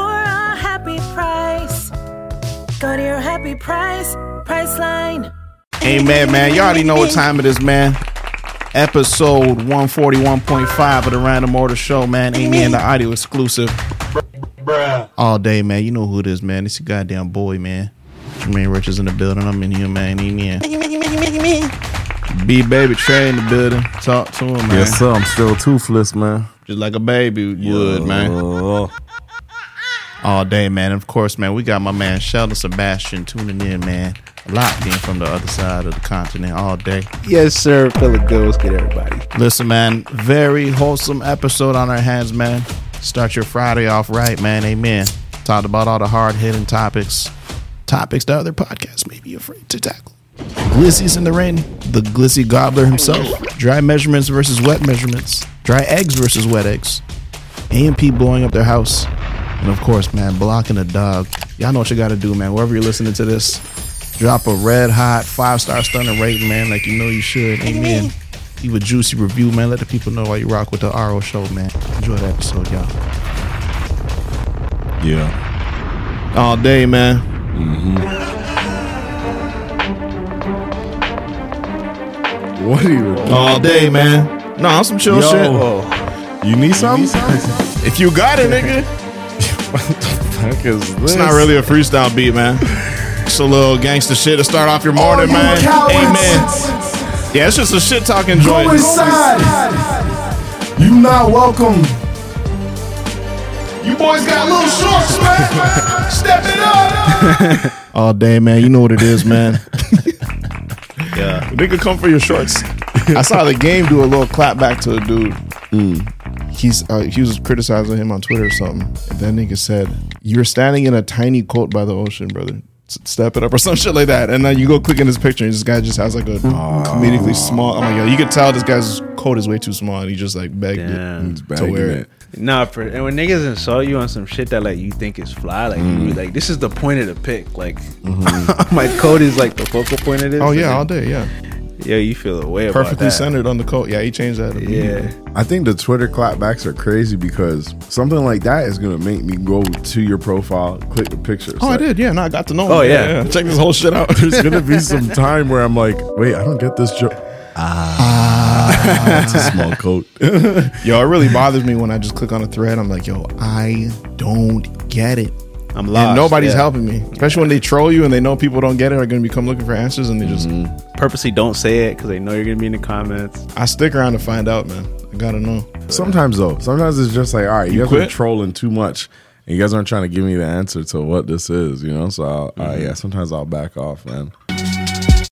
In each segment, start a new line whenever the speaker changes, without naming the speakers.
a happy price. Go to your happy price, Priceline.
Amen, man. You already know what time it is, man. Episode 141.5 of the Random Order Show, man. Amy and the audio exclusive. All day, man. You know who it is, man. It's your goddamn boy, man. Jermaine Richards in the building. I'm in here, man. Amen. B baby Trey in the building. Talk to him, man.
Yes, sir. I'm still toothless, man.
Just like a baby would, man.
Oh,
All day, man. And of course, man, we got my man Sheldon Sebastian tuning in, man. Locked in from the other side of the continent all day.
Yes, sir. Feel it good. What's good, everybody?
Listen, man, very wholesome episode on our hands, man. Start your Friday off right, man. Amen. Talked about all the hard hitting topics, topics that other podcasts may be afraid to tackle. Glizzies in the rain, the glizzy gobbler himself, dry measurements versus wet measurements, dry eggs versus wet eggs, AMP blowing up their house, and of course, man, blocking a dog. Y'all know what you got to do, man. Wherever you're listening to this, drop a red hot five star stunner rating, man, like you know you should. Amen. Leave a juicy review, man. Let the people know why you rock with the RO show, man. Enjoy the episode, y'all.
yeah.
All day, man.
What are you?
All day, man. No, I'm some chill Oh, shit.
you need something?
If you got it, nigga.
what the fuck is this?
It's not really a freestyle beat, man. It's a little gangster shit to start off your morning, man. Amen. Yeah, it's just a shit talking joint.
You not welcome.
You boys got little shorts, man. Step it up. All day, man. You know what it is, man. yeah. Nigga, come for your shorts. I saw the game do a little clap back to a dude.
Mm.
He's uh, he was criticizing him on Twitter or something. And that nigga said, "You're standing in a tiny coat by the ocean, brother. S- Step it up or some shit like that." And then you go click in his picture, and this guy just has like a comedically small. Oh my god, you could tell this guy's coat is way too small, and he just like begged
Damn.
it to wear it.
Nah, for, and when niggas insult you on some shit that like you think is fly, like
Mm.
you be like, this is the point of the pick. Like my code is like the focal point of this.
Mm-hmm. Oh yeah, all day, yeah.
yeah, you feel a way about
perfectly
that.
centered Mm-hmm. on the coat. Yeah, he changed that.
Yeah,
I think the Twitter clapbacks are crazy because something like that is gonna make me go to your profile, click the picture.
Oh, I did. Yeah, no, I got to know.
Oh,
him.
yeah.
Check this whole shit out.
There's gonna be some time where I'm like, wait, I don't get this joke. Ah, it's a small coat.
yo, it really bothers me when I just click on a thread. I'm like, yo, I don't get it.
I'm lost.
And nobody's
yeah.
helping me, especially when they troll you and they know people don't get it are going to become looking for answers and they just.
Purposely don't say it because they know you're gonna be in the comments.
I stick around to find out, man. I gotta know.
Sometimes though, sometimes it's just like, all right, you, guys
quit?
are trolling too much, and you guys aren't trying to give me the answer to what this is, you know. So I'll, all right, yeah, sometimes I'll back off, man.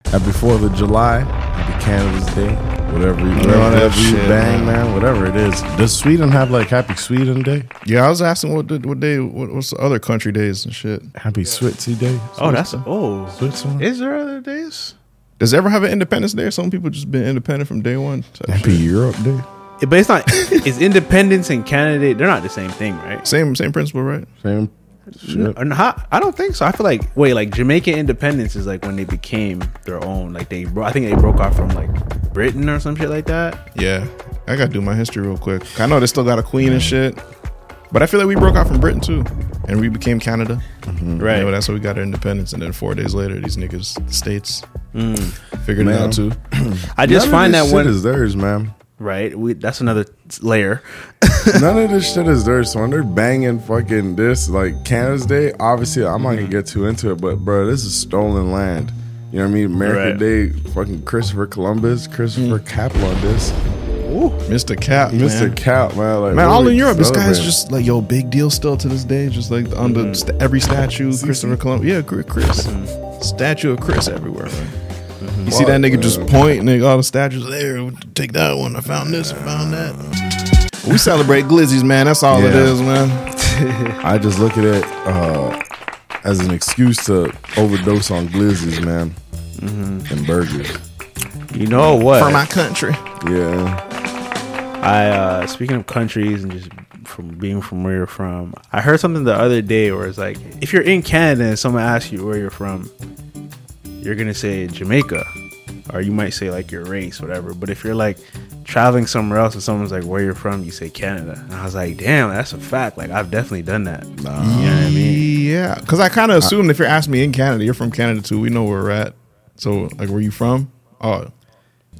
Happy Fourth of July, Happy Canada's Day, whatever you,
know
whatever
that
you
shit,
bang, man. whatever it is. Does Sweden have like Happy Sweden Day,
Yeah, I was asking what did, what day, what, what's the other country days and shit.
Happy Switzy Day?
Oh, that's a, oh.
Switzerland.
Is there other days?
Does it ever have an Independence Day? Or some people just been independent from day one. type
Happy
shit?
Europe Day.
But it's not. is independence and Canada? They're not the same thing, right?
Same same principle, right?
Same shit.
Or not, I don't think so. I feel like wait, like Jamaican independence is like when they became their own. Like they, bro- I think they broke off from like Britain or some shit like that.
Yeah, I gotta do my history real quick. I know they still got a queen and shit, but I feel like we broke out from Britain too, and we became Canada.
Right.
You know, that's how we got our independence, and then four days later, these niggas states figured it
Mm. Man.
out too.
I just
None of
find
this
that
shit
one
is theirs, man.
right. We, that's another layer.
None of this shit is there, so when they're banging fucking this, like Canada's Day, obviously I'm not
Mm-hmm.
gonna get too into it, but bro, this is stolen land. You know what I mean? America
Right.
Day, fucking Christopher Columbus, Christopher
Mm.
Capel on this,
Mr. Cap,
Mr.
man.
Cap, man. Like,
Man,
what
all
we
in Europe, this guy's
celebrating?
just like yo, big deal still to this day. Just like on the st- every statue, Christopher Columbus. Yeah, Chris, Chris. statue of Chris everywhere. man. You see that
Fuck,
nigga just
man.
point, nigga. All the statues there. Take that one. I found this. I found that. We celebrate glizzies, man. That's all it
Yeah.
is, man.
I just look at it. Uh, as an excuse to overdose on glizzies, man,
Mm-hmm.
and burgers.
You know what?
for my country.
Yeah,
I uh speaking of countries and just from being from where you're from, I heard something the other day where it's like if you're in Canada and someone asks you where you're from, you're gonna say Jamaica. Or you might say like your race, whatever. But if you're like traveling somewhere else and someone's like where you're from, you say Canada. And I was like, damn, that's a fact. Like I've definitely done that. You know what I mean?
Yeah, because I kind of assumed if you're asking me in Canada, you're from Canada too. We know where we're at. So, like, where you from? Oh,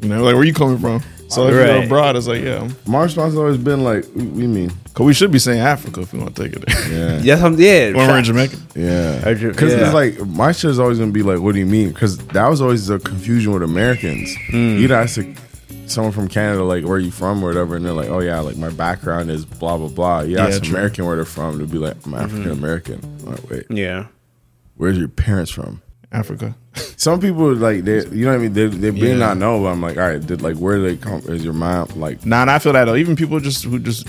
you know, like, where you coming from? So, if you're
Right.
abroad, it's like, yeah.
my response has always been like, "We we mean,
Because we should be saying Africa if we want to take it there.
yeah,
Yes, I'm yeah.
when we're in
fact.
Jamaica.
yeah."
I ju-
Because
yeah.
it's like my shit is always gonna be like, "What do you mean?" Because that was always the confusion with Americans.
Hmm.
You'd ask like, someone from Canada like, "Where you from?" or whatever, and they're like, "Oh yeah, like my background is blah blah blah." You ask
true. Mm-hmm.
American where they're from, they'd be like, "I'm African American." I'm Like, wait,
Yeah.
where's your parents from?
Africa.
Some people like they, you know what I mean. They, they may
Yeah.
not know, but I'm like, all right, did like where do they come? Is your mom like?
Nah, and I feel that though. Even people just who just,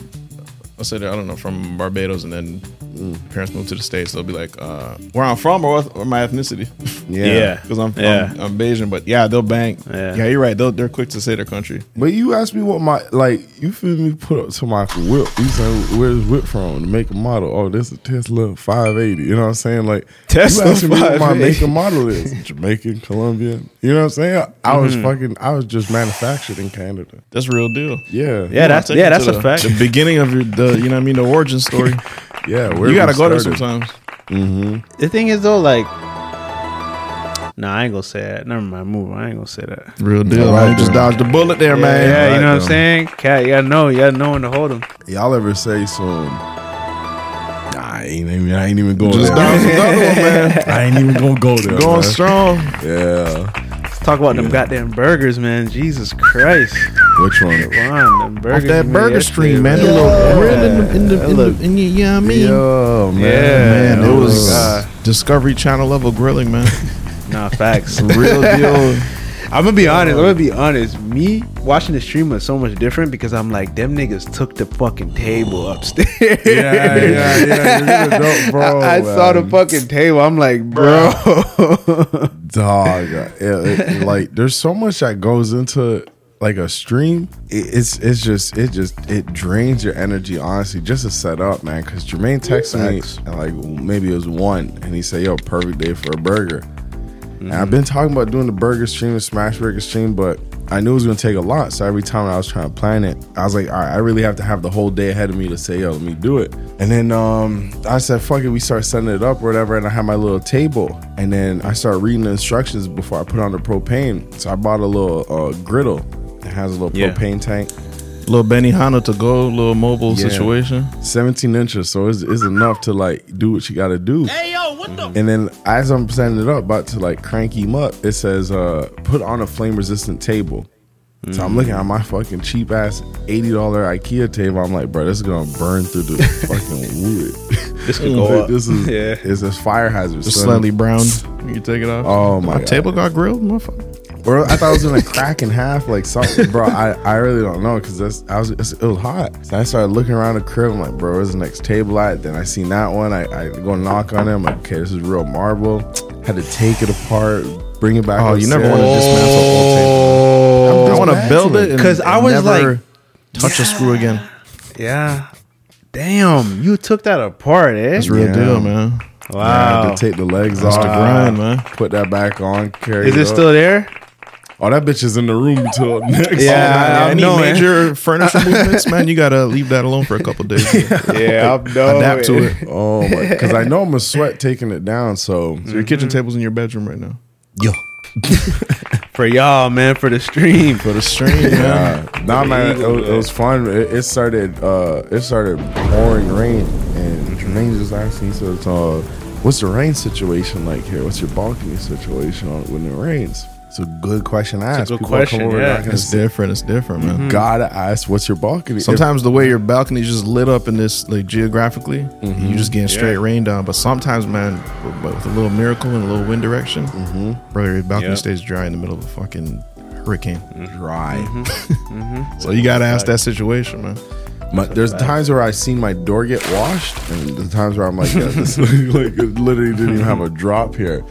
I said, I don't know, from Barbados and then parents moved to the States, they'll be like, uh, where I'm from or, what- or my ethnicity.
Yeah.
Yeah.
Because I'm,
Yeah.
I'm, I'm Bayesian, but yeah, they'll bang.
Yeah.
Yeah, you're right. They'll, they're quick to say their country.
But you asked me what my like. You feel me? Put up to my whip. You say where's whip from? To make a model. Oh, this is Tesla 580. You know what I'm saying? Like
Tesla
You asking me what my
580.
make and model is? Jamaican, Colombian. You know what I'm saying? I was
Mm-hmm.
fucking. I was just manufactured in Canada.
That's real deal.
Yeah.
Yeah, that's
Take it
yeah,
to
that's
the-
a fact.
The beginning of your, the, you know what I mean, the origin story.
Yeah. Where
you
we
gotta go there
started.
sometimes.
The thing is though, like Nah, I ain't gonna say that. Never mind, move. on. I ain't gonna say that.
Real deal.
Right,
you just
dude.
dodged a bullet there, man.
Yeah, you know what
though.
I'm saying? Cat, you gotta know, you gotta know when to hold him.
Y'all ever say some? Nah, I ain't even. I ain't even going
Just dodged
there.
another one, man.
I ain't even gonna go there.
Going
man.
strong.
Yeah.
Let's talk about them goddamn burgers, man. Jesus Christ.
Which one?
Ron, them burgers.
Off
you
that
made
burger
yesterday,
stream, man.
man.
The little rib in the, in the, in
Look.
the, in the you know what I mean?
Yo, man.
Man, it
Oh,
was
God.
Discovery Channel level grilling, man.
Nah, facts.
Real deal.
I'm gonna be honest. I'm gonna be honest. Me watching the stream was so much different because I'm like, them niggas took the fucking table upstairs.
Yeah, yeah, yeah. You're gonna dope, bro.
I, I saw the
man.
fucking table. I'm like, bro.
dog. uh, it- it- like, there's so much that goes into like a stream. It, it's it's just it just it drains your energy. Honestly, just to set up, man. Because Jermaine texted me and like maybe it was one, and he said, "Yo, perfect day for a burger." And I've been talking about doing the burger stream, the smash burger stream, but I knew it was gonna take a lot. So every time I was trying to plan it, I was like, all right, I really have to have the whole day ahead of me to say, yo, let me do it. And then um, I said, fuck it, we start setting it up or whatever. And I had my little table. And then I started reading the instructions before I put on the propane. So I bought a little uh, griddle. It has a little
Yeah.
propane tank,
little Benny Hanna to go, little mobile
Yeah.
situation.
17 inches. So it's, it's enough to like do what you gotta do.
Hey yo, what the?
And then as I'm setting it up, about to like crank him up, it says, uh, put on a flame resistant table. So I'm looking at my fucking cheap ass $80 IKEA table. I'm like, bro, this is gonna burn through the fucking wood.
this could
Like, This is
Yeah.
it's a fire hazard.
Just
son.
slightly browned. You take it off.
Oh my
My
God.
table got grilled, motherfucker.
Bro, I thought it was gonna crack in half, like something, bro. I, I really don't know because that's I was it's, it was hot. So I started looking around the crib. I'm like, bro, where's the next table at? Then I seen that one. I, I go knock on it. I'm like, okay, this is real marble. Had to take it apart, bring it back.
Oh, you never want to
upstairs.
dismantle a whole
Oh,
table. I want to
dismantling.
build it and-
'Cause I
and
was
never
like,
touch a screw again.
Yeah. Damn, you took that apart, eh?
It's real
Yeah.
deal, man.
I
wow.
had to take the legs off,
It's the grind, man.
put that back on. Carry
Is it
up.
still there?
Oh, that bitch is in the room till next.
Yeah,
Any
know it.
major furniture movements, man, you gotta leave that alone for a couple days.
Yeah, I'm no.
Adapt to it.
Oh my, because I know I'm a sweat taking it down. So
Your kitchen table's in your bedroom right now.
For y'all, man, for the stream.
But a stream, man.
Yeah. Uh, Nah, man, it, was- it was fun. It, it started. Uh, it started pouring rain, and Jermaine just asked me, he says, uh, "What's the rain situation like here? What's your balcony situation on- when it rains?" It's a good question to ask.
good
come
question,
over,
yeah.
they're not gonna
It's mm.
say-
different. It's different, man.
Gotta ask, "What's your balcony?" If-
Sometimes the way your balcony is just lit up in this, like geographically,
Mm-hmm.
you just getting straight rain down. But sometimes, man, w- but with a little miracle and a little wind direction,
Mm-hmm.
bro, your balcony
Yep.
stays dry in the middle of a
Mm-hmm.
fucking hurricane.
dry.
So you gotta ask that situation, man.
My, there's times where I seen my door get washed, and the times where I'm like, yeah, this like it literally didn't even have a drop here.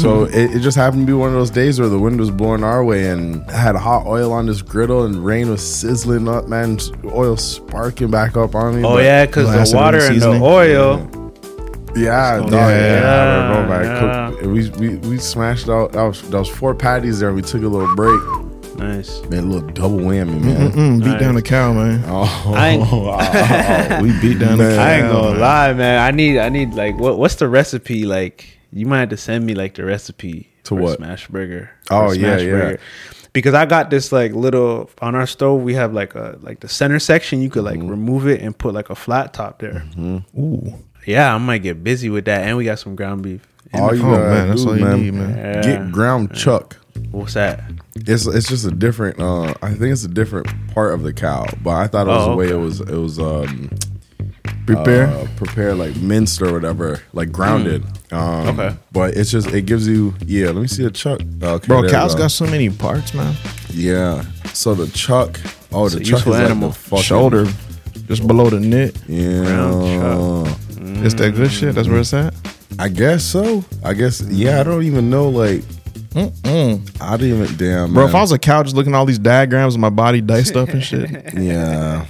So it, it just happened to be one of those days where the wind was blowing our way and I had hot oil on this griddle and rain was sizzling up, man. s- Oil sparking back up on me.
Oh
but-
yeah, because
Glass
the
of
water
the
and the
seasoning.
oil.
yeah, dog,
Oh, yeah,
yeah, I don't know, man.
yeah.
Cooked- we, we we smashed out. That was, that was four patties there. We took a little break,
Nice.
man. A little double whammy, man.
Mm, beat down the cow, man.
Oh,
I ain't-
wow. we beat down.
Man.
I ain't gonna
man.
lie, man. I need, I need like, what, what's the recipe? Like, you might have to send me like the recipe
To
for
what?
smash burger.
Oh,
for
yeah, yeah.
Because I got this like little on our stove. We have like a like the center section. You could like
Mm-hmm.
remove it and put like a flat top there.
Ooh.
Yeah, I might get busy with that. And we got some ground beef. And
All you
Oh,
gotta
man,
do,
that's all you
man,
need, man.
Yeah.
Get ground chuck.
what's that?
It's it's just a different. Uh, I think it's a different part of the cow, but I thought it was
Oh,
the way
okay.
it was. It was um,
Prepare.
uh, prepare like minced or whatever, like grounded. Um,
Mm. Okay.
but it's just it gives you yeah. Let me see a chuck, okay,
Bro,
there
cows
we
got so many parts, man.
yeah. So the chuck, oh the
a
chuck is
useful
like
animal.
the fucking-
Shoulder, just below the knit.
Yeah,
It's that
Mm.
good shit. That's where it's at.
I guess so. I guess yeah. I don't even know like. I didn't even damn.
Bro,
man.
if I was a cow just looking at all these diagrams of my body diced up and shit.
Yeah.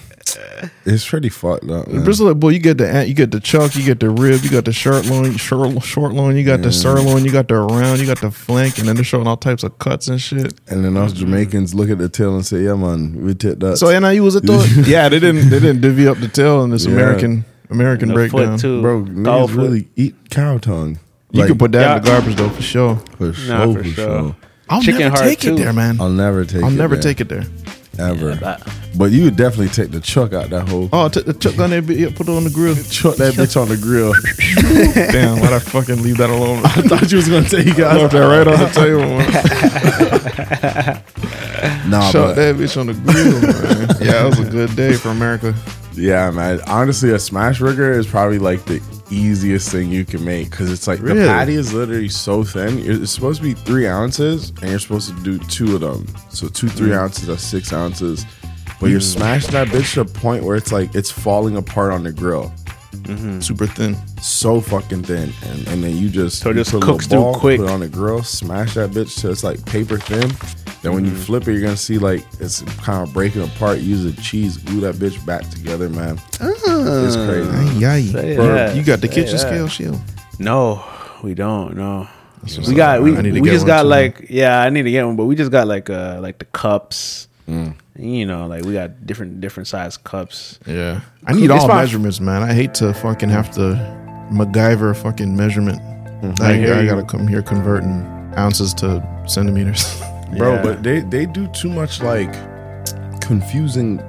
It's pretty fucked up. Man.
Bristle boy, you get the ant, you get the chuck, you get the rib, you got the short loin, short, short loin, you got the sirloin, you got the round, you got the flank, and then they're showing all types of cuts and shit.
And then us Jamaicans look at the tail and say, "Yeah, man, we took that."
So NIU was a thought. yeah, they didn't they didn't divvy up the tail in this
Yeah.
American American
And the foot,
breakdown.
too.
bro,
Dog
niggas
food.
really eat cow tongue.
You
Like,
can put that in the
Yeah.
garbage though for sure.
for
Nah,
sure,
for
for
sure.
sure.
I'll
Chicken
never
heart,
take
too.
it there, man.
I'll
I'll,
never take. it,
never
man.
take it there.
ever. but you would definitely take the chuck out that hole.
Oh, take the chuck on there, yeah, put it on the grill.
chuck that bitch on the grill.
Damn, why'd I fucking leave that alone?
I thought you was gonna take it out there right on the table. nah,
Shot
but
that bitch on the grill, man. Yeah, it was a good day for America.
Yeah, man. Honestly, a smash burger is probably like the easiest thing you can make because it's like
Really?
the patty is literally so thin. You're- It's supposed to be three ounces, and you're supposed to do two of them. So two, three ounces, that's six ounces. But you're smashing that bitch to a point where it's like it's falling apart on the grill,
Super thin.
so fucking thin, and, and then you just
So it
you
just
put a little
cooks through quick.
put it on the grill, smash that bitch till it's like paper thin. Then when
Mm-hmm.
you flip it, you're gonna see like it's kind of breaking apart. Use the cheese, glue that bitch back together, man. it's crazy.
Yay. Bro,
that,
you got the
say
kitchen
that.
scale shield.
No, we don't. No,
what's
we
up,
got. We,
man. I need to
we
get
just
one,
got
too.
like yeah. I need to get one, but we just got like uh like the cups.
Mm.
You know, like we got different different size cups.
Yeah.
I need
It's
all
fine.
measurements, man. I hate to fucking have to MacGyver fucking measurement. Mm-hmm. I,
I hear
I
you.
gotta come here converting ounces to centimeters.
bro
Yeah.
but they they do too much like confusing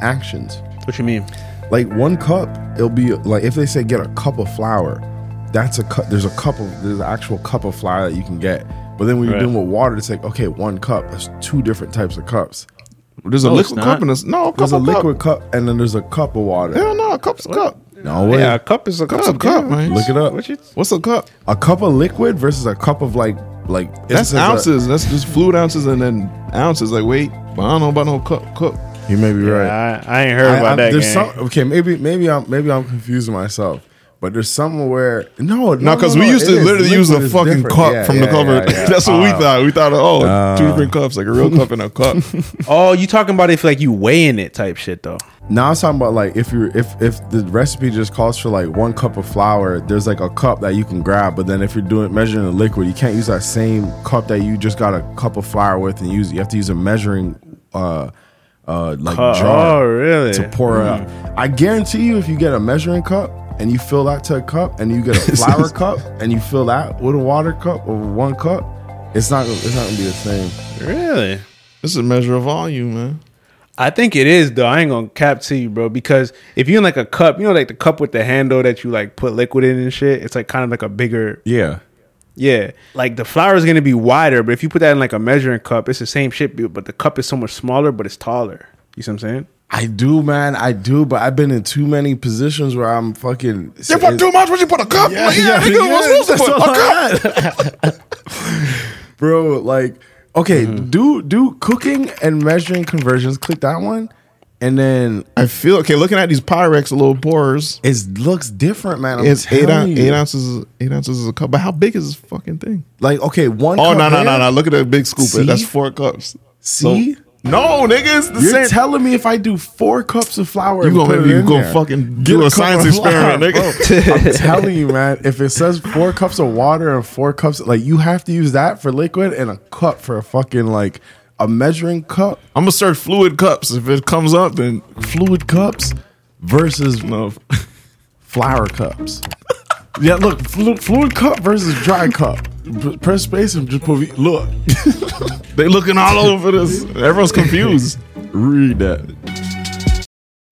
actions
What you mean?
like one cup it'll be like if they say get a cup of flour that's a cup there's a cup of there's an actual cup of flour that you can get but then when you're
Right.
doing with water it's like okay one cup that's two different types of cups
There's a
No, it's
liquid cup
not.
in this. No, a cup
there's a
of cup.
liquid cup and then there's a cup of water
Hell no, a cup's a cup.
no way
Yeah, a cup is a
Cup's
cup.
a cup,
yeah.
man.
look it up
What you?
What's a cup?
a cup of liquid versus a cup of like like it
That's
says a-
ounces. That's just fluid ounces and then ounces. Like wait, but I don't know about no cup. Cup.
you may be right
I, I ain't heard
I-
about
I-
that.
There's
gang.
some okay, maybe maybe I'm maybe I'm confusing myself. But there's somewhere where no, no,
No, because we used
it
to
is.
literally use a
Liquid is
fucking
different.
cup
Yeah,
from the
yeah,
cover.
yeah, yeah.
That's what we
Uh,
thought. We thought, oh, two different cups, like a real cup and a cup.
Oh, you talking about if like you weighing it type shit though?
Now I'm talking about like if you are if if the recipe just calls for like one cup of flour, there's like a cup that you can grab. But then if you're doing measuring the liquid, you can't use that same cup that you just got a cup of flour with and use. it. You have to use a measuring uh uh like
Uh,
jar.
oh, really?
to pour it out. I guarantee you, if you get a measuring cup and you fill that to a cup, and you get a flour cup and you fill that with a water cup or one cup, it's not it's not gonna be the same.
Really?
This is a measure of volume, man.
I think it is though. I ain't gonna cap to you, bro. Because if you in like a cup, you know, like the cup with the handle that you like put liquid in and shit, it's like kind of like a bigger,
Yeah,
yeah. Like the flower is gonna be wider, but if you put that in like a measuring cup, it's the same shit, bu- but the cup is so much smaller, but it's taller. You see what I'm saying?
I do, man, I do. But I've been in too many positions where I'm fucking.
You put too much when you put a cup. Yeah, yeah, nigga, what's supposed to
that's
put
all
a cup?
I had. Bro, like, okay, do do cooking and measuring conversions. Click that one. And then
I feel okay. Looking at these Pyrex little pourers,
it looks different, man. I'm
it's eight,
telling
ounce,
you.
eight ounces. Eight ounces is a cup. But how big is this fucking thing?
Like okay, one.
Oh
cup
no no
there?
no no! Look at that big scoop.
See?
That's four cups. So-
See,
no, nigga, it's the
you're
same.
telling me if I do four cups of flour,
you
and
gonna
put
maybe
it
you
in
go
there,
fucking
get
do a
cup
science
of flour,
experiment, nigga.
bro. I'm telling you, man. If it says four cups of water and four cups, like you have to use that for liquid and a cup for a fucking like a measuring cup,
I'm gonna search fluid cups. If it comes up, then
fluid cups versus flour cups. Yeah, look, flu- fluid cup versus dry cup. P- press space and just put. V- look,
they looking all over this. Everyone's confused.
read that.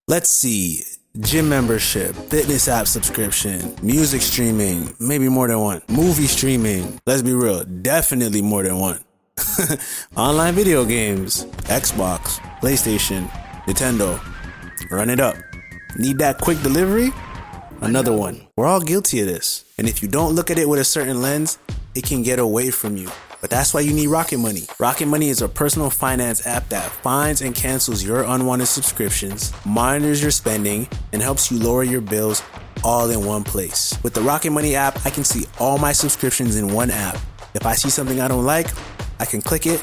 Let's see. Gym membership, fitness app subscription, music streaming, maybe more than one. Movie streaming, let's be real, definitely more than one. Online video games, Xbox, PlayStation, Nintendo. Run it up. Need that quick delivery? Another one. We're all guilty of this. And if you don't look at it with a certain lens, it can get away from you. But that's why you need Rocket Money. Rocket Money is a personal finance app that finds and cancels your unwanted subscriptions, monitors your spending, and helps you lower your bills all in one place. With the Rocket Money app, I can see all my subscriptions in one app. If I see something I don't like, I can click it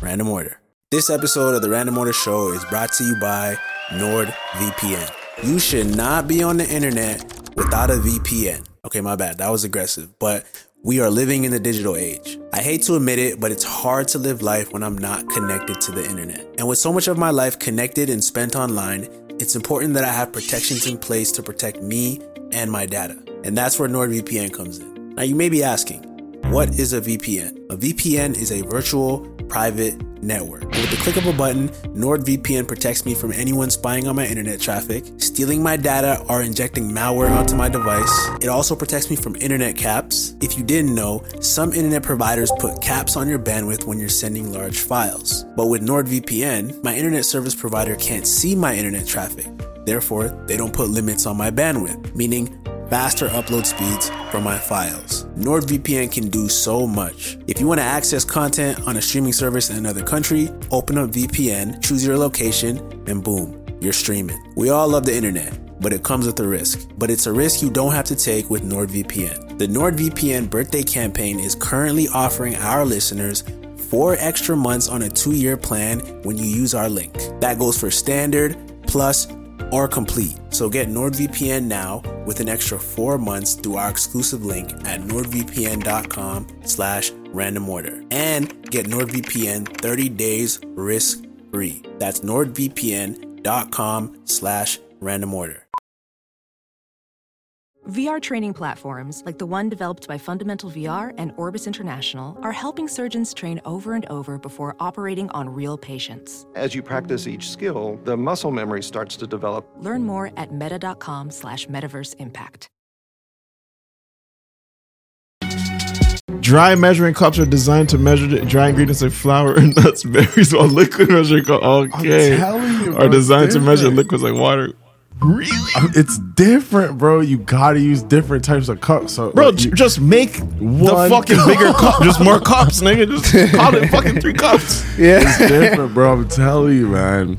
Random Order. This episode of the Random Order Show is brought to you by NordVPN. You should not be on the internet without a VPN. Okay, my bad. That was aggressive, but we are living in the digital age. I hate to admit it, but it's hard to live life when I'm not connected to the internet. And with so much of my life connected and spent online, it's important that I have protections in place to protect me and my data. And that's where NordVPN comes in. Now, you may be asking, what is a VPN? A VPN is a virtual private network. With the click of a button, NordVPN protects me from anyone spying on my internet traffic, stealing my data, or injecting malware onto my device. It also protects me from internet caps. If you didn't know, some internet providers put caps on your bandwidth when you're sending large files. But with NordVPN, my internet service provider can't see my internet traffic. Therefore, they don't put limits on my bandwidth, meaning faster upload speeds for my files. NordVPN can do so much. If you want to access content on a streaming service in another country, open up VPN, choose your location, and boom, you're streaming. We all love the internet, but it comes with a risk. But it's a risk you don't have to take with NordVPN. The NordVPN birthday campaign is currently offering our listeners four extra months on a two year plan when you use our link. That goes for standard, plus, or complete. So get NordVPN now with an extra four months through our exclusive link at nordvpn.com slash random order. And get NordVPN 30 days risk free. That's nordvpn.com slash random order.
VR training platforms, like the one developed by Fundamental VR and Orbis International, are helping surgeons train over and over before operating on real patients.
As you practice each skill, the muscle memory starts to develop.
Learn more at meta.com slash metaverse impact.
Dry measuring cups are designed to measure the dry ingredients of flour and nuts, berries, while liquid measuring cups, okay,
telling you, bro,
are designed to measure
different.
liquids like water. Really,
Um, It's different, bro. You gotta use different types of cups. So,
bro?
like,
j-
you-
just make the
One
fucking bigger cup, just more cups, nigga. Just call it fucking three cups.
it's different, bro. I'm telling you, man.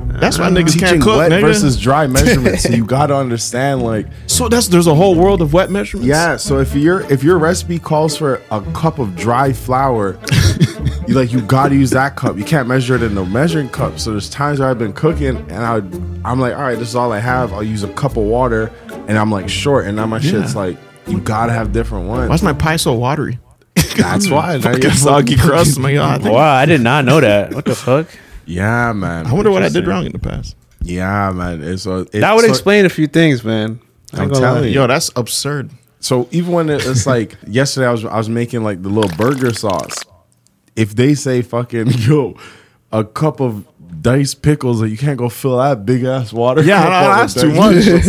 That's why niggas
Teaching
can't cook,
wet
nigga.
versus dry measurements. so you gotta understand, like,
so that's there's a whole world of wet measurements.
yeah. So if your if your recipe calls for a cup of dry flour, you like you gotta use that cup. You can't measure it in the measuring cup. So there's times where I've been cooking and I I'm like, all right, this is all I have. I'll use a cup of water, and I'm like short, and now my shit's like. You gotta have different ones.
Why is my pie so watery?
That's why. Now
Fucking
you're
soggy
fucking-
crust. My God, I, think-
Wow, I did not know that. What the fuck?
Yeah, man.
I wonder what I did wrong in the past.
Yeah, man. It's, uh, it's
That would
so-
explain a few things, man. I
I'm
ain't gonna
telling
lie.
you.
Yo, that's absurd.
So even when it- it's like yesterday, I was I was making like the little burger sauce. If they say fucking yo, a cup of dice pickles that you can't go fill that big ass water.
Yeah,
cup
no,
up
that's
with
too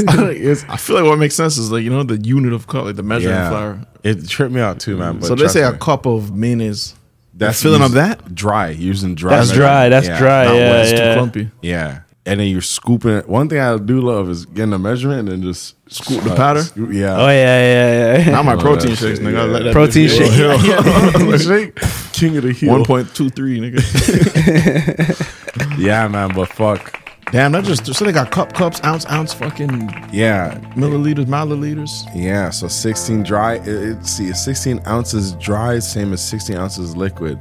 much.
dice.
It's- I feel like what makes sense is like you know the unit of cup, like the measuring
yeah,
flour.
it tripped me out too, man. But
Mm. so they say a
trust me,
cup of mean is
that's
filling up
using-
that.
dry using dry.
That's
measurement.
dry. That's
Ah,
dry.
not
Yeah,
wet.
It's
yeah.
too clumpy.
Yeah. And then you're scooping it. One thing I do love is getting a measurement and then just scoop
the powder?
scoop- yeah.
Oh yeah, yeah, yeah.
Not my
Love
protein
that
shakes,
shit,
nigga.
Oh, yeah.
I Let that
Protein
bitch
shake.
go.
King of the heel.
One point two three, nigga.
Yeah, man. But fuck.
Damn, that just so they got cup, cups, ounce, ounce, fucking
Yeah.
milliliters, milliliters.
Yeah. So 16 dry. It, it- see, 16 ounces dry, same as 16 ounces liquid.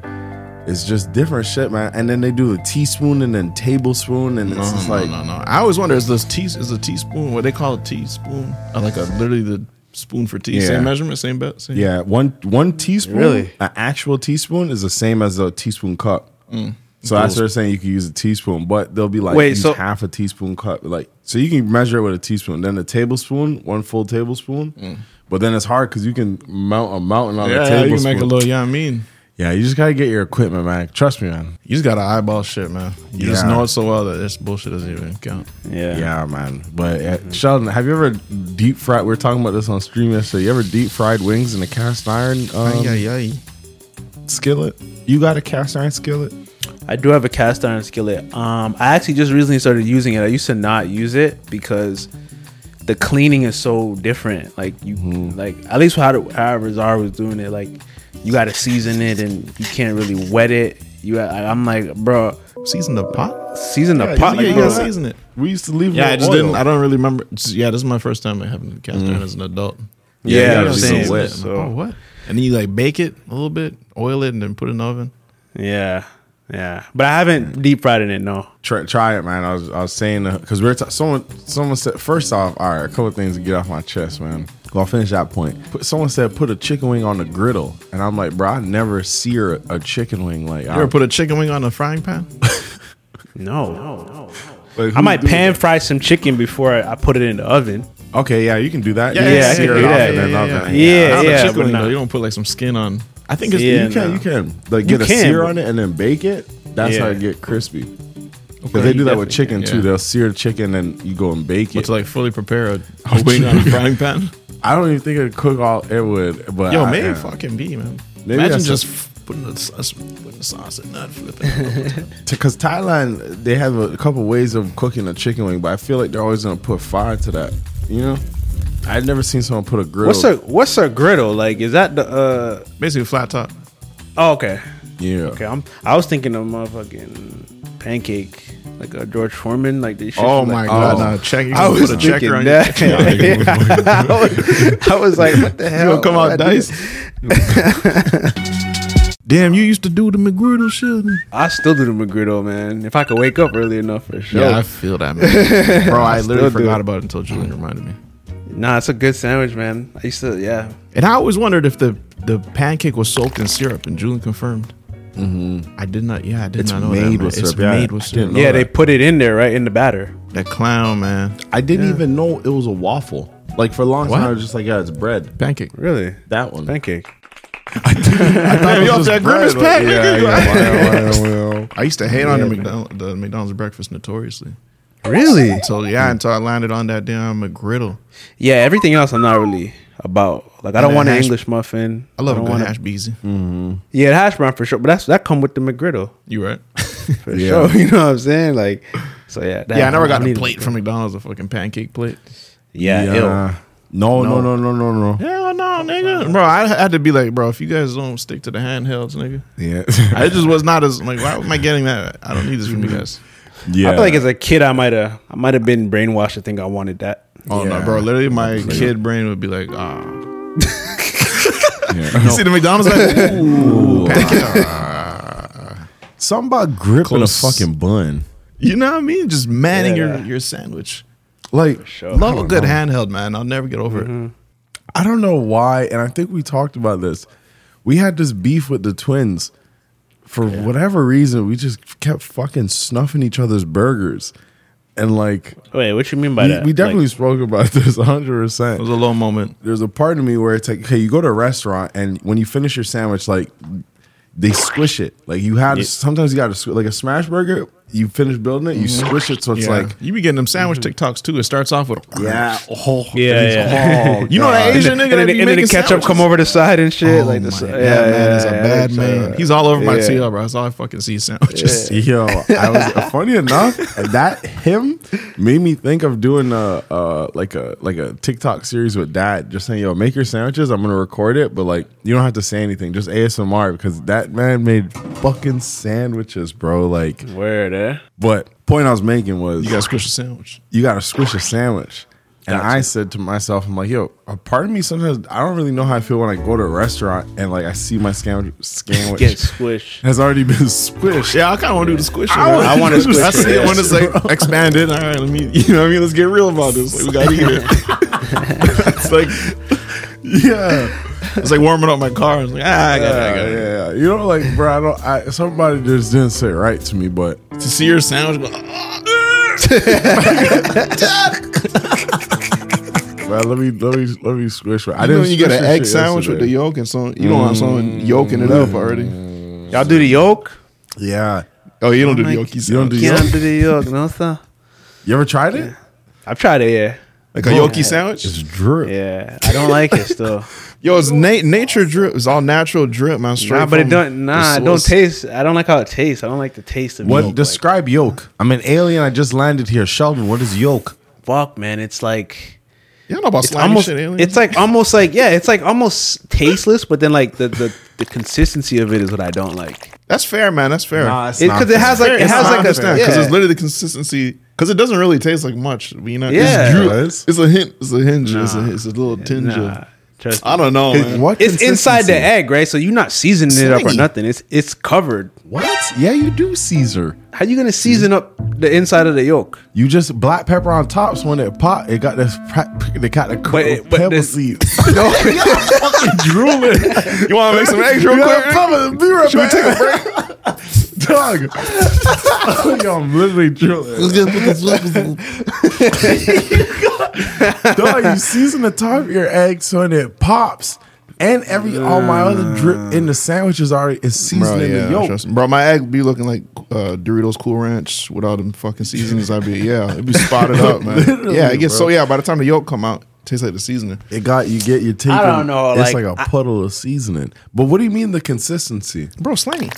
It's just different shit, man. And then they do a teaspoon and then tablespoon, and it's
No,
just
no,
like
no, no. I always wonder is this tea is a teaspoon what they call a teaspoon? Or like a literally the spoon for tea.
Yeah.
Same measurement, same bet. Same
Yeah, one one teaspoon,
Really?
an actual teaspoon, is the same as a teaspoon cup.
Mm.
So that's what they're saying. You can use a teaspoon, but they'll be like
Wait,
use
so-
half a teaspoon cup. Like so, you can measure it with a teaspoon. Then a tablespoon, one full tablespoon. But then it's hard because you can mount a mountain on
Yeah,
a
Mm. yeah,
tablespoon.
you can make a little. Yeah, I mean,
yeah, you just gotta get your equipment, man. Trust me, man.
you just gotta eyeball shit, man. You just
Yeah.
know it so well that this bullshit doesn't even count.
Yeah.
Yeah, man. But uh, Sheldon, have you ever deep fried? We were talking about this on stream yesterday. You ever deep fried wings in a cast iron
Oh,
um, skillet? You got a cast iron skillet?
I do have a cast iron skillet. Um, I actually just recently started using it. I used to not use it because the cleaning is so different. Like you, like at least how however Zara was doing it, like you got to season it and you can't really wet it. You, I, I'm like, bro,
Season the pot.
season the
Yeah,
pot.
you,
like,
you gotta
bro.
season it.
We used to leave.
Yeah,
it
I
in
just
oil.
didn't. I don't really remember. it's- yeah, this is my first time having cast iron as an adult.
Mm. Yeah,
you
you
gotta
know what I'm
season
saying.
it wet.
So,
Oh, what? And then you like bake it a little bit, oil it, and then put it in the oven.
yeah, yeah. But I haven't deep fried in it. No.
try, try it, man. I was I was saying because we are ta- someone someone said first off, all right, a couple of things to get off my chest, man. Well, I'll finish that point. Put, someone said put a chicken wing on the griddle, and I'm like, bro, I never sear a, a chicken wing like.
You
Ah.
ever put a chicken wing on a frying pan?
No. No. no. I might pan fry some chicken before I, I put it in the oven.
Okay, yeah, you can do that. You
Yeah,
can
yeah, I
sear
can
it
do
off
that.
and then
Yeah,
oven.
yeah,
Yeah,
Not
yeah,
a
but
chicken wing
not-
though. You don't put like some skin on.
I think it's
Yeah,
you can
no.
you can like get
You
a
can,
sear
but-
on it and then bake it. That's
Yeah.
how it get crispy. Because
Okay,
they do
you
that with
definitely
chicken
can,
too.
yeah.
They'll sear the chicken and you go and bake
But
it.
to like fully prepare a, a wing on a frying pan.
I don't even think it'd cook all it would. But
Yo,
I-
maybe
I-
fucking be man.
Maybe
Imagine
that's
just f- putting the sauce, putting the sauce and not flipping. it.
because Thailand they have a couple ways of cooking a chicken wing, but I feel like they're always gonna put fire to that. You know, I've never seen someone put a grill.
What's a what's a griddle? Like, is that the? uh
Basically, flat top.
Oh, okay.
yeah?
Okay, I'm. I was thinking of motherfucking pancake, like a George Foreman, like they.
Oh my god! nah, check. You
I
gonna put
was
a
thinking
checker on your
that. I, was, I was like, what the hell?
You gonna come
I
out
did-
dice? Damn, you used to do the McGriddle shit.
I still do the McGriddle, man. If I could wake up early enough for sure.
Yeah, I feel that, man. Bro, I literally
do.
forgot about it until Julian reminded me.
nah, it's a good sandwich, man. I used to, yeah.
And I always wondered if the the pancake was soaked in syrup, and Julian confirmed. I did not. Yeah, I did
It's
not know that.
made
man.
with
it's
syrup, yeah.
made with
I
syrup.
didn't know
yeah,
that.
they put it in there, right in the batter.
That clown, man.
I didn't even know it was a waffle. Like for a long
What?
time, I was just like, yeah, it's bread.
Pancake.
Really?
That one.
Pancake.
I
off that Grimace pack, nigga.
yeah, wow, wow, wow.
I used to hate on the, McDonald, the McDonald's breakfast notoriously.
Really?
Until yeah, until I landed on that damn McGriddle.
Yeah. Everything else, I'm not really about. Like, I don't
a
want an
hash-
English muffin.
I love a
don't
good
want
hash beezy.
Yeah, the hash brown for sure. But that's that come with the McGriddle.
You right?
for sure. You know what I'm saying? Like, so yeah. that-
yeah, I never got a
need-
plate from McDonald's, a fucking pancake plate.
Yeah,
Yeah. No, no, no, no, no, no.
Hell no, nigga. Bro, I had to be like, bro, if you guys don't stick to the handhelds, nigga.
Yeah,
I just was not as like, why am I getting that? I don't need this from you guys.
yeah.
I feel like as a kid, I might have, I might have been brainwashed to think I wanted that.
Oh
Yeah.
no, bro! Literally, my
Like-
kid brain would be like, ah.
Yeah.
You see the McDonald's like, ooh, pancake.
something about gripping
Close.
a fucking bun.
you know what I mean? Just manning
Yeah.
your your sandwich.
Like
Love a good handheld, man. I'll never get over it.
I don't know why, and I think we talked about this. We had this beef with the twins. For whatever reason, we just kept fucking snuffing each other's burgers. And like
Wait, what you mean by
we,
uh,
that?
we definitely
Like,
spoke about this hundred
It
percent
was a low moment.
there's a part of me where it's like, okay, you go to a restaurant and when you finish your sandwich, like they squish it. Like you had sometimes you got to like a smash burger. you finish building it, you
Mm-hmm.
Mhm.
switch it so it's
Yeah.
like
you be getting them sandwich TikToks too. It starts off with
yeah, oh
Yeah,
it's-
yeah.
oh, you know that Asian nigga
and then,
that
and
be
then the
making
ketchup
sandwiches?
come over the side and shit. like this, Oh yeah, yeah,
man is a uh,
yeah,
bad
yeah.
man. He's all over my
Yeah.
TL, bro. That's all I fucking see is sandwiches.
Yo, I was funny enough that him made me think of doing a uh, like a like a TikTok series with dad, just saying, "Yo, make your sandwiches. I'm gonna record it, but like you don't have to say anything, just ASMR." Because that man made fucking sandwiches, bro. Like
where there?
But point I was making was
You gotta squish a sandwich.
You gotta squish a sandwich. And I said to myself, I'm like, yo, a part of me sometimes I don't really know how I feel when I go to a restaurant and like I see my sandwich, sandwich
Get squished.
has already been squished.
Yeah, I kind of want to do the squish.
I wanna
want
do the
I see it
squish.
when it's like expanded. All right, let me. You know what I mean? Let's get real about this. Like, we gotta eat it. it's like, yeah, it's like warming up my car. It's like, ah, I got it, I got
yeah,
it.
yeah, yeah. You know, like, bro, I don't. I, somebody just didn't say it right to me, but
To see your sandwich, go, "Ah."
bro, let me let me let me squish. one. I
I
didn't.
know you get
squish
an
this
egg
shit
sandwich with the
yesterday.
yolk and some. You know what I'm saying? Yolking it up already.
Y'all do the yolk?
Yeah.
Oh, you don't do the
Like,
yolk. You
You don't do
Can't
yolk.
do the yolk, no sir.
You ever tried it?
I've tried it, yeah.
Like a yolky sandwich?
It's drip.
Yeah, I don't like it still.
Yo, it's na- nature drip. It's all natural drip, man. Straight
nah, but it
from the
don't. Nah, it don't
source.
taste. I don't like how it tastes. I don't like the taste of
What
yolk. Like,
describe yolk? I'm an alien. I just landed here, Sheldon. What is yolk?
fuck, man, it's like.
You don't know about
it's
slimy
almost
shit, alien.
it's like almost like yeah it's like almost tasteless but then like the the, the consistency of it is what i don't like
that's fair, man. That's fair.
Nah, it's
It- 'cause it
fair.
has, like, it
It's
has,
not
like, a-
understand because
yeah.
it's literally the consistency. Because it doesn't really taste like much. You know,
Yeah.
it's, droop.
Does?
it's a hint. It's a hinge. It's, a, it's a little tinge.
nah,
of
trust me.
I don't know. Man.
What
it's inside the
consistency?
egg right so you're not seasoning it up or
Slingy.
nothing it's it's covered
What? Yeah, you do, Caesar.
how you gonna season up the inside of the yolk
You just black pepper on tops when it pop. It got this. pra- They got the
But
pepper
it- but this-
seeds. No, fucking drooling.
You want to make some eggs real
You gotta
quick?
cover it. Be right
Should we
back.
take a break?
Dog. Yo, I'm literally drooling. Dog, you season the top of your egg so when it pops. And every all my other drip in the sandwich is already is
Bro,
seasoned in
yeah,
the yolk.
trust me. bro, my egg be looking like uh, Doritos Cool Ranch with all them fucking seasonings. I'd be yeah, it'd be spotted up, man.
Literally,
Yeah, it gets
bro.
so yeah. By the time the yolk come out, it tastes like the seasoning.
It got you get your taken.
don't know,
It's like,
like,
a puddle of seasoning. But what do you mean the consistency?
Bro, slimy.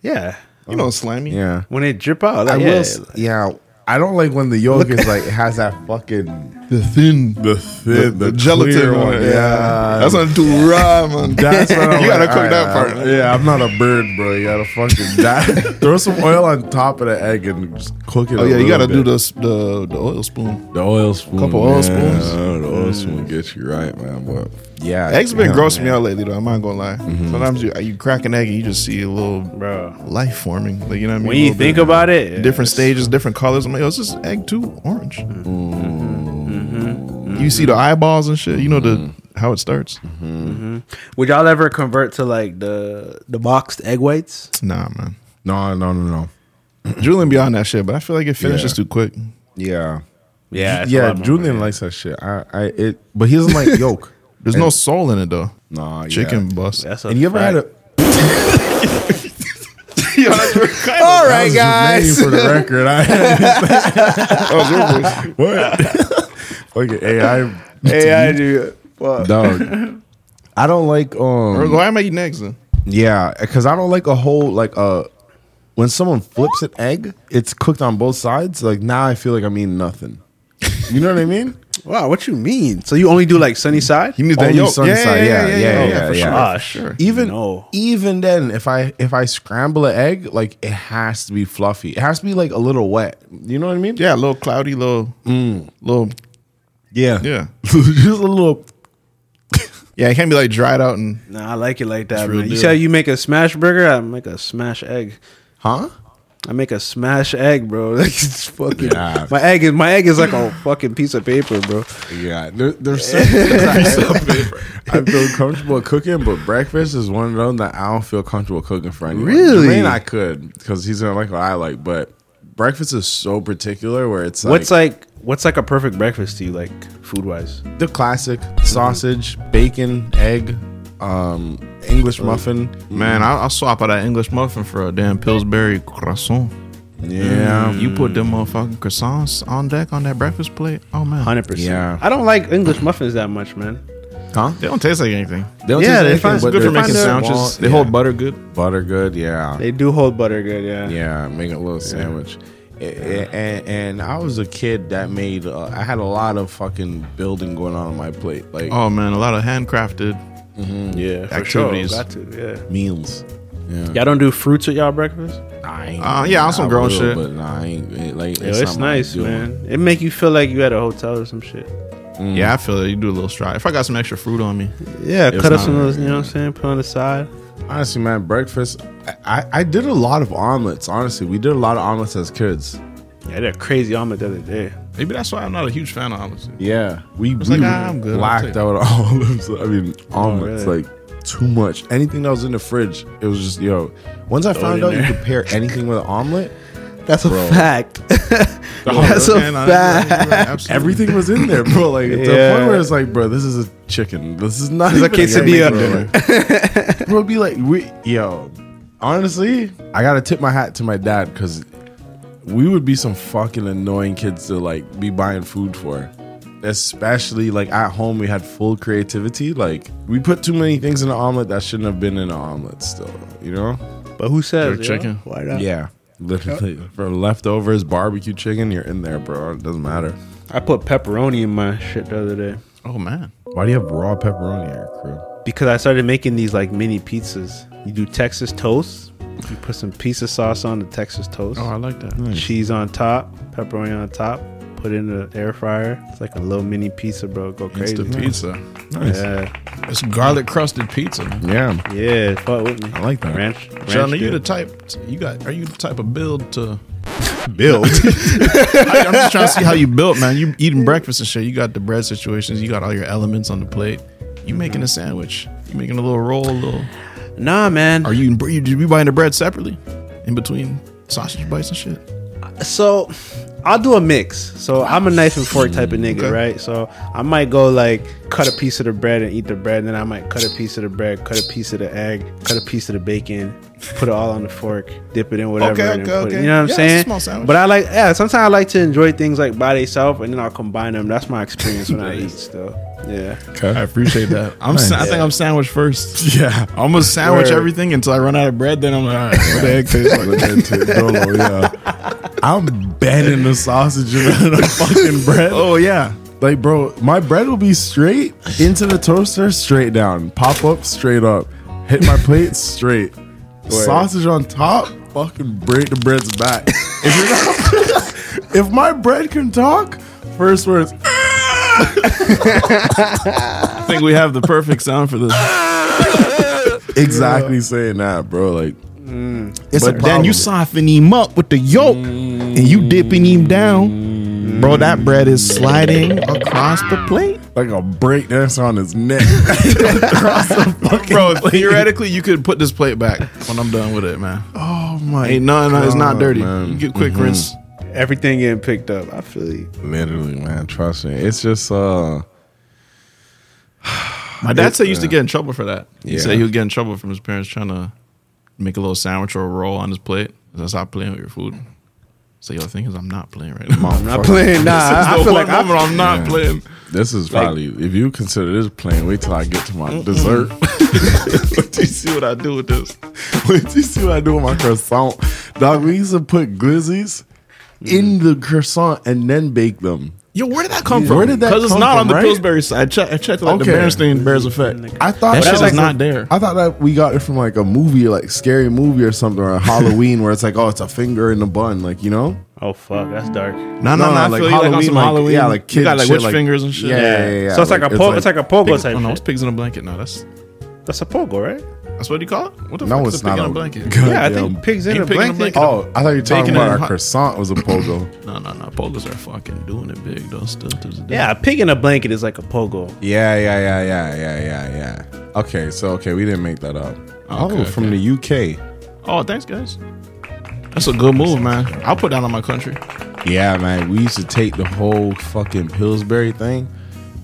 yeah
You know, it's slimy.
Yeah,
when it drip out
I
like,
will.
yeah.
s- Yeah, I don't like when the yolk is like it has that fucking
The thin,
the thin
the, gelatin one. Yeah.
Yeah,
that's not too raw, man.
That's what I'm
you gotta
like,
cook
all
that
right,
part.
I'm- yeah, I'm not a bird, bro. You gotta fucking die. throw some oil on top of the egg and just cook it.
Oh
a
yeah, you
little
gotta do
bit.
the s- the the oil spoon.
the oil Mm. spoon.
couple oil spoons.
Yeah, the oil spoon gets you right, man. But yeah,
Eggs been
damn,
grossing me
man.
out lately, though. I'm not gonna lie. Sometimes you you crack an egg and you just see a little
bro
life forming. Like you know what I mean?
when
A
you
little
think
bit.
about it
different stages, different colors. I'm like, yo, it's just egg too orange. You see the eyeballs and shit. You know the how it starts.
would y'all ever convert to like the the boxed egg whites
Nah, man.
No, no, no, no.
Julian beyond that shit, but I feel like it finishes
Yeah.
too quick.
Yeah,
yeah it's a
yeah.
lot more-
Julian likes that shit. I, I, it, but he doesn't like yolk.
There's no soul in it though.
Nah, yeah.
Chicken bust.
that's a
And you ever had
fact.
a? All right, guys. For the record, I what? okay, AI,
AI dude fuck.
dog. I don't like um.
Why am I eating eggs then?
Yeah, because I don't like a whole like uh when someone flips an egg, it's cooked on both sides. Like now, I feel like I'm eating nothing. You know what I mean?
Wow, what you mean? So you only do like
Mm.
sunny side?
Oh, You need that
Only
yolk.
sunny side. Yeah, yeah,
Oh,
yeah,
for
yeah.
sure,
Ah,
for sure.
Even
No.
even then, if I if I scramble an egg, like it has to be fluffy. It has to be like a little wet. You know what I mean?
Yeah, a little cloudy, little, little.
yeah,
Yeah,
Just a little.
yeah. It can't be like dried out and
Nah, I like it like
It's
that,
real
man. You
deal.
see how you make a smash burger? I make a smash egg.
Huh?
I make a smash egg, bro. Like it's fucking
Yeah.
my egg is my egg is like a fucking piece of paper, bro.
Yeah, there, there's some things I, I feel comfortable cooking, but breakfast is one of them that I don't feel comfortable cooking for anyone.
Really?
Jermaine, I could because he's gonna like what I like, but breakfast is so particular where it's like,
what's like what's like a perfect breakfast to you, like food wise?
the classic sausage, bacon, egg, um, English muffin.
man. I, I'll swap out that English muffin for a damn Pillsbury croissant.
Yeah.
You put them motherfucking croissants on deck on that breakfast plate. Oh man.
Hundred percent. I don't like English muffins that much, man.
Huh? They don't taste like anything.
They don't taste
yeah, they
anything,
find
but
good for
they're
making
small.
sandwiches.
They hold butter good.
Butter good, yeah.
They do hold butter good, yeah.
Yeah, make a little sandwich. A- a- And, and I was a kid that made. Uh, I had a lot of fucking building going on on my plate, like
Oh man, a lot of handcrafted
Mm.
Mhm, yeah, for sure.
activities.
Got to, yeah.
meals. Yeah,
Y'all don't do fruits with y'all breakfast?
I ain't,
Uh, yeah, on some
I
grown shit.
but nah, I ain't it- like.
Yo, it's,
something I
nice,
do.
man. It make you feel like you at a hotel or some shit.
Yeah, I feel it. You do a little try. If I got some extra fruit on me,
Yeah,
It's
cut up
not-
some of those, you know what I'm saying? Put on the side.
Honestly, man, breakfast. I, I I did a lot of omelets. Honestly, we did a lot of omelets as kids.
Yeah, I did a crazy omelet the other day.
maybe that's why I'm not a huge fan of olives.
Yeah, we
was
we
like, "Ah, I'm good, I'll
blacked
take
out olives. I mean, omelets
really?
like too much. Anything that was in the fridge, it was just yo. Once I found out you could pair anything with an omelet,
That's a
Bro.
fact. That's a fact.
everything was in there, bro. Like to the
Yeah.
point where it's like, bro, this is a chicken. This is not
This is a
even
quesadilla.
game, bro. Like, bro, be like, we yo. Honestly, I gotta tip my hat to my dad because we would be some fucking annoying kids to like be buying food for. Especially like at home, we had full creativity. Like we put too many things in an omelet that shouldn't have been in an omelet. Still, you know?
But who says
Jerk
yo?
chicken.
Why not?
Yeah, literally from leftovers, barbecue chicken, you're in there, bro. It doesn't matter.
I put pepperoni in my shit the other day
Oh man,
Why do you have raw pepperoni in your crew?
because I started making these like mini pizzas. You do Texas toast. You put some pizza sauce on the Texas toast.
oh I like that.
cheese on top, pepperoni on top. Put it in the air fryer. It's like a little mini pizza, bro. Go crazy.
Instant pizza.
Yeah,
It's garlic crusted pizza.
Yeah,
yeah. Fuck with me.
I like that.
ranch. ranch
John, are you
dip.
the type? You got? Are you the type of build to build? I, am just trying to see how you built, man. You eating breakfast and shit. You got the bread situations. You got all your elements on the plate. You making a sandwich. You making a little roll. A little.
Nah, man.
Are you? You you buying the bread separately, in between sausage bites and shit.
so I'll do a mix. So I'm a knife and fork type of nigga,
Okay.
right? So I might go like cut a piece of the bread and eat the bread, and then I might cut a piece of the bread, cut a piece of the egg, cut a piece of the bacon, put it all on the fork, dip it in whatever.
Okay,
and
okay,
put It,
okay.
you know what I'm
Yeah, it's a
saying?
small sandwich.
But I like yeah, sometimes I like to enjoy things like by themselves and then I'll combine them. That's my experience when I eat stuff. Yeah.
I appreciate that. I'm. sa- I think I'm sandwich first.
Yeah,
I'm gonna sandwich
Word.
everything until I run out of bread. Then I'm like, all right, what the heck tastes like?
I'm banning the sausage in the fucking bread.
Oh yeah.
Like, bro, my bread will be straight into the toaster, straight down, pop up, straight up, hit my plate, straight. Sausage on top, fucking break the bread's back. If, you're not, if my bread can talk, first words. "Ah!"
I think we have the perfect sound for this.
Exactly saying that, bro. Like,
It's
But
a then you
problem.
soften him up with the yolk and you dipping him down. Bro, that bread is sliding across the plate.
like a break dance on his neck. Across the fucking
Bro, theoretically, you could put this plate back when I'm done with it, man.
Oh my!
Ain't no, no, it's not
God,
dirty.
man.
You get quick Mm-hmm. rinse.
Everything getting picked up. I feel you.
Literally, man. Trust me. It's just uh
My dad said he used to get in trouble for that. He
Yeah.
said he would get in trouble from his parents trying to make a little sandwich or a roll on his plate. That's not playing with your food. So your thing is, I'm not playing right now.
I'm
Not playing. Nah, I, I feel like I,
I'm, I'm not playing.
This is probably if you consider this playing, wait till I get to my dessert.
Do you see what I do with this?
wait till you see what I do with my croissant. Dog, we used to put glizzies in the croissant and then bake them.
Yo, where did that come
Where
from?
did that
it's
come
not
from,
on the
right?
Pillsbury side. I, check, I checked like
Okay.
the Bernstein Bears effect.
I thought
That shit
was
is
like
not
from-
there.
I thought that we got it from like a movie, like scary movie or something, or a Halloween, where it's like, oh, it's a finger in a bun, like you know.
Oh fuck, that's dark.
No, no, no. I feel you, like on some Halloween.
yeah, like
you
kids
got like
shit,
witch fingers and shit.
Yeah, yeah, yeah. yeah.
so it's like, a po- it's like a pogo type.
Oh, no, it's
shit.
pigs in a blanket. No, that's
That's a pogo, right?
that's what you call it. What the
No,
fuck is
it's
a pig
not
in a
a-
blanket?
God.
Yeah, I
Goddamn.
think pigs in
Ain't
a
pig in a
blanket.
blanket?
Oh, I thought you were talking
Bacon
about
and
our
hot-
croissant was a pogo.
No, no, no. Polos are fucking doing it big though. Still to this day.
Yeah, a pig in a blanket is like a pogo.
yeah, yeah, yeah, yeah, yeah, yeah, yeah. Okay, so okay, we didn't make that up. oh,
Okay,
from
okay.
the
Oh, thanks guys. That's a good move, man. I'll put that on my country.
UK. Yeah, man, we used to take the whole fucking Pillsbury thing,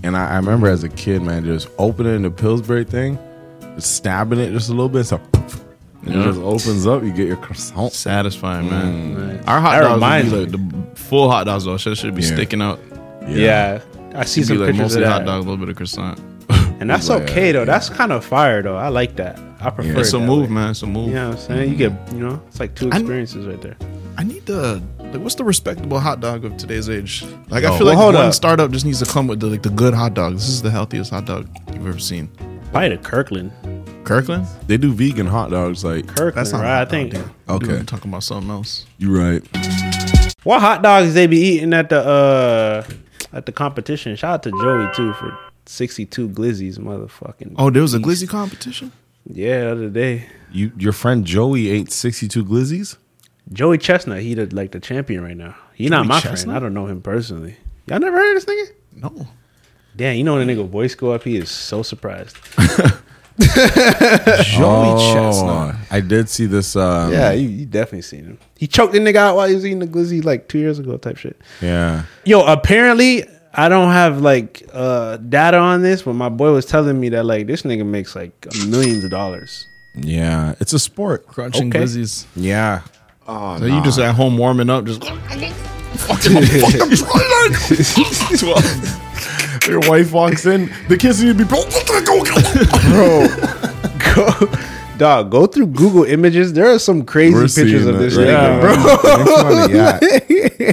and I, I remember as a kid, man, just opening the Pillsbury thing, just stabbing it just a little bit, so It just opens up. You get your croissant.
Satisfying, man. Our hot dogs would be like the full hot dogs though. Shit should be
Yeah.
sticking out.
Yeah. I see
It'd
some
be like
pictures of
mostly hot
that.
dog, a little bit of croissant.
And that's okay though. That's kind of fire though. I like that. I prefer
It's
it
a
that
move,
way.
man. It's a move.
You know what I'm saying? You get, you know, it's like two experiences right there.
I need the like, what's the respectable hot dog of today's age? Like I
Oh,
feel like
well, hold
one
up.
startup just needs to come with the, like the good hot dog. This is the healthiest hot dog you've ever seen.
Probably the Kirkland.
Kirkland?
They do vegan hot dogs like
Kirkland, right? I think.
Okay.
I'm talking about something else.
You're right.
What hot dogs they be eating at the uh at the competition? Shout out to Joey too for sixty two glizzies, motherfucking.
Oh, there was a glizzy competition.
Yeah, the other day.
You your friend Joey ate sixty two glizzies.
Joey Chestnut, he the, like the champion right now. He
Joey
not my
Chestnut?
friend. I don't know him personally. Y'all never heard of this nigga?
No.
Damn, you know when a nigga voice go up, he is so surprised.
Chestnut. Oh, I did see this. Um,
yeah, you, you definitely seen him. He choked the nigga out while he was eating the glizzy like two years ago, type shit.
yeah.
Yo, apparently I don't have like uh data on this, but my boy was telling me that like this nigga makes like millions of dollars.
Yeah, it's a sport.
Crunching
Okay.
glizzies.
Yeah. Oh,
So you just at home warming up, just
your wife walks in. The kids need to be bro.
Bro, go, dog, go through Google images. There are some crazy
We're
pictures
seeing
of
it
this
right
nigga,
now.
bro.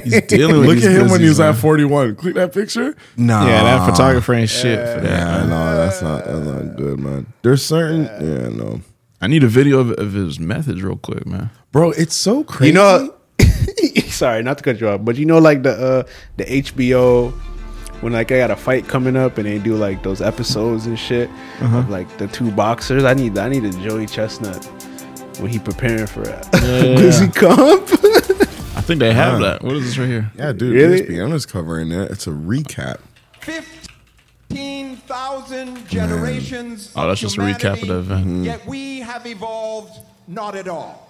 He's dealing
with
Look
these
at him when he
glizzies,
was
man.
at 41. Click that picture.
Nah. Yeah, that photographer ain't shit for that.
Yeah, no, that's not that's not good, man. There's certain yeah, no.
I need a video of, of his methods real quick, man.
Bro, it's so crazy.
You know, sorry, not to cut you off, but you know, like the uh, the HBO when like I got a fight coming up and they do like those episodes and shit
Uh-huh.
of like the two boxers. I need I need a Joey Chestnut when he preparing for it. Does he comp?
I think they have that. What is this right here?
Yeah, dude,
Really?
ESPN is covering that. It's a recap.
15,000 generations.
Oh, that's
of
just a recap of the
humanity,
event. Mm-hmm.
Yet we have evolved not at all.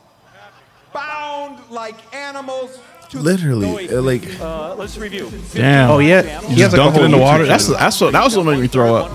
Bound like animals to
Literally, uh, like
Uh, let's review.
Damn.
Oh yeah,
You just dunk it in the water. That's that's what that was what made me throw up.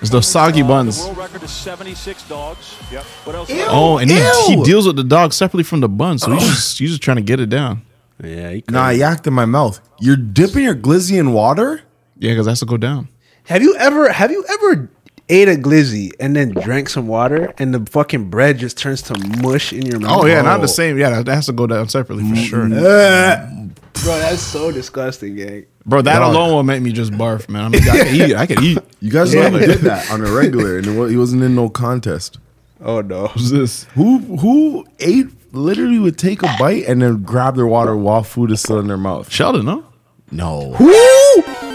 It's those soggy buns.
World record is 76 dogs. Yep. What else?
Oh, and he, he deals with the dog separately from the bun, so he's just, he's just trying to get it down.
Yeah,
nah, I yacked in my mouth. You're dipping your glizzy in water?
Yeah, because that's to go down.
Have you ever have you ever ate a glizzy and then drank some water and the fucking bread just turns to mush in your mouth?
Oh Mm-hmm. yeah, not the same. Yeah, that has to go down separately for sure,
Uh.
Ugh. Bro, that's so disgusting, gang.
bro. That
Dog.
alone will make me just barf, man. I, mean, I can eat. I can eat.
You guys
Yeah.
know he did that on a regular, and it wa- he wasn't in no contest.
Oh no.
What's this?
Who who ate literally would take a bite and then grab their water while food is still in their mouth?
Sheldon, no.
No.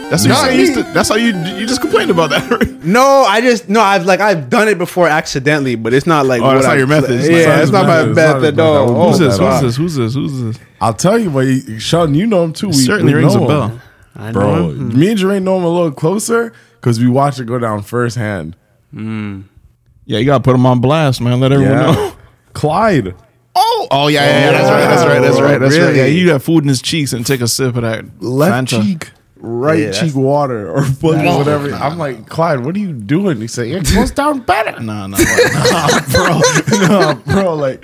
That's what you
Nah,
said. You used to, that's how you you just complained about that. right?
No, I just no, I've like I've done it before accidentally, but it's not like
Oh, that's
what
not
I-
your method. It's not-
Yeah, it's not my
it's not his
method.
method.
No.
That would be
Oh,
his
Who's this?
Nah.
Who's this? Who's this? Who's this?
I'll tell you, but he- Sheldon, you know him too. We,
Certainly
we
rings a
know him.
bell.
I
bro.
know.
Me and Jermaine know him a little closer because we watched it go down firsthand.
Yeah, you gotta put him on blast, man. Let everyone
Yeah.
know.
Clyde.
Oh, oh yeah, yeah, yeah. That's right. That's right. That's right. That's right. Yeah,
Really?
you got food in his cheeks and take a sip of that
left
Fanta.
cheek, right
Yeah, that's-
cheek water, or fucking
Nah.
whatever.
Nah.
I'm like, Clyde, what are you doing? He said, it goes down better.
Nah, nah, nah.
bro, no, bro, like,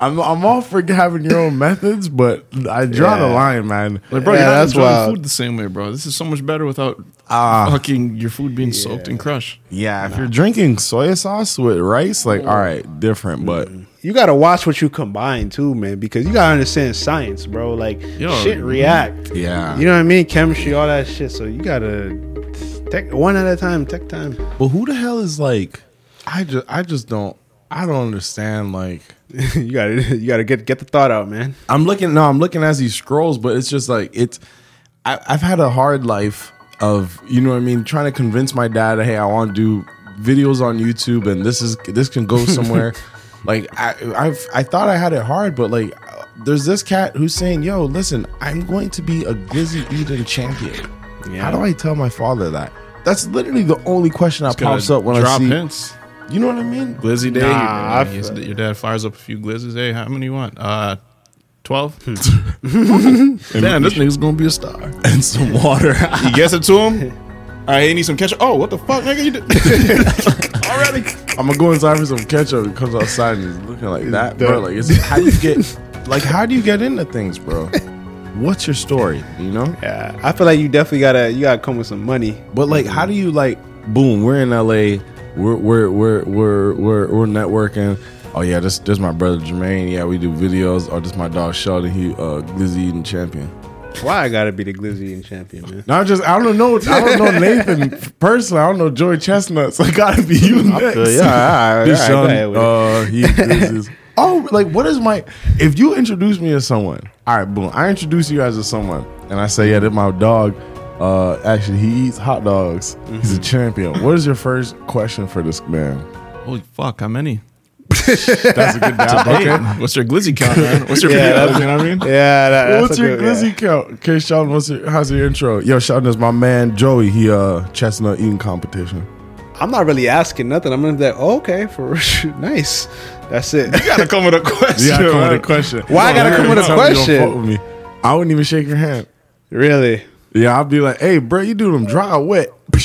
I'm, I'm all for having your own methods, but I draw the
Yeah.
line, man.
Like, bro,
Yeah,
you're not
that's
enjoying
wild.
food the same way, bro. This is so much better without
Ah.
fucking your food being soaked in crush.
yeah, if you're drinking soy sauce with rice, like, all right, different, but
You gotta watch what you combine too, man, because you gotta understand science, bro. Like
Yo.
shit react.
yeah.
You know what I mean? Chemistry, all that shit. So you gotta take one at a time, take time.
But who the hell is like? I just I just don't I don't understand. Like
you gotta you gotta get get the thought out, man.
I'm looking no I'm looking as he scrolls, but it's just like it's. I, I've had a hard life of you know what I mean trying to convince my dad hey I want to do videos on YouTube and this is this can go somewhere. like I I've I thought I had it hard, but like there's this cat who's saying yo listen I'm going to be a glizzy eating champion.
Yeah.
How do I tell my father that? That's literally the only question that pops up when I
drop
see.
hints.
You know what I mean?
Glizzy day.
Nah,
your-
I
your,
feel-
your dad fires up a few glizzes. Hey, how many you want? Uh, twelve. Damn, this nigga's gonna be a star.
and some water.
You guess it to him. All right, you need some ketchup. Oh, what the fuck, nigga? You did-
Already, I'm gonna go inside for some ketchup. He comes outside and he's looking like that, bro.
done.
Like, it's, how do you get, like, how do you get into things, bro? What's your story? You know?
Yeah, I feel like you definitely gotta you gotta come with some money.
But like, how do you like? Boom, we're in LA. We're we're we're we're we're, we're networking. Oh yeah, this this my brother Jermaine. Yeah, we do videos. Oh, this my dog Sheldon. He uh, glizzy eating champion.
Why I gotta be the glizzy and champion, man?
No, I just I don't know. I don't know Nathan personally. I don't know Joy Chestnut. So it gotta be you next.
feel you. All right, all right,
This
all right,
young,
go ahead with it.
uh, he glizzies. Oh, like what is my? If you introduce me as someone, all right, boom. I introduce you as a someone, and I say, yeah, that my dog. Uh, actually, he eats hot dogs. He's a
Mm-hmm.
champion. What is your first question for this man?
Holy fuck, how many?
That's a good doubt.
Today?
Okay.
What's your glizzy count, man? What's your
Yeah,
videos? You know what I mean?
Yeah, that- that's
what's
a
your
good- yeah.
glizzy count? Okay, Sean, what's your, how's your intro? Yo, Sean, there's my man Joey. He uh chestnut eating competition.
I'm not really asking nothing. I'm gonna be like, oh, okay, for shoot, nice. That's it.
You gotta come with a question.
You gotta come with a
right?
question.
Why I gotta come with a
Tell me you don't
question?
fuck with me. I wouldn't even shake your hand.
Really?
Yeah, I'd be like, hey, bro, you do them dry or wet.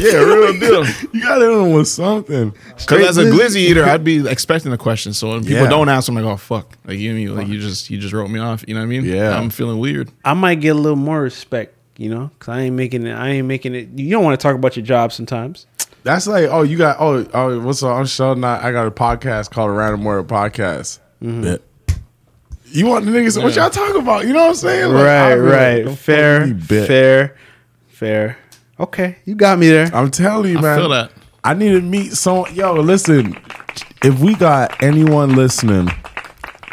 Yeah, real deal.
You gotta hit them with something.
Because as a glizzy eater, I'd be expecting a question. So when people
Yeah.
don't ask, I'm like, oh fuck, like you, you, like you just, you just wrote me off. You know what I mean?
Yeah.
I'm feeling weird.
I might get a little more respect, you know, because I ain't making it. I ain't making it. You don't want to talk about your job sometimes.
That's like, oh, you got, oh, oh what's up? I'm Sheldon. I, I got a podcast called Random Word Podcast.
Mm-hmm.
Bet. You want the niggas, what
Yeah.
y'all talking about? You know what I'm saying? Like,
right,
I'd be like,
right.
"The fuck
fair,
you bet?"
fair, fair. Okay, you got me there.
I'm telling you,
I
man. I
feel that.
need to meet someone. Yo, listen. If we got anyone listening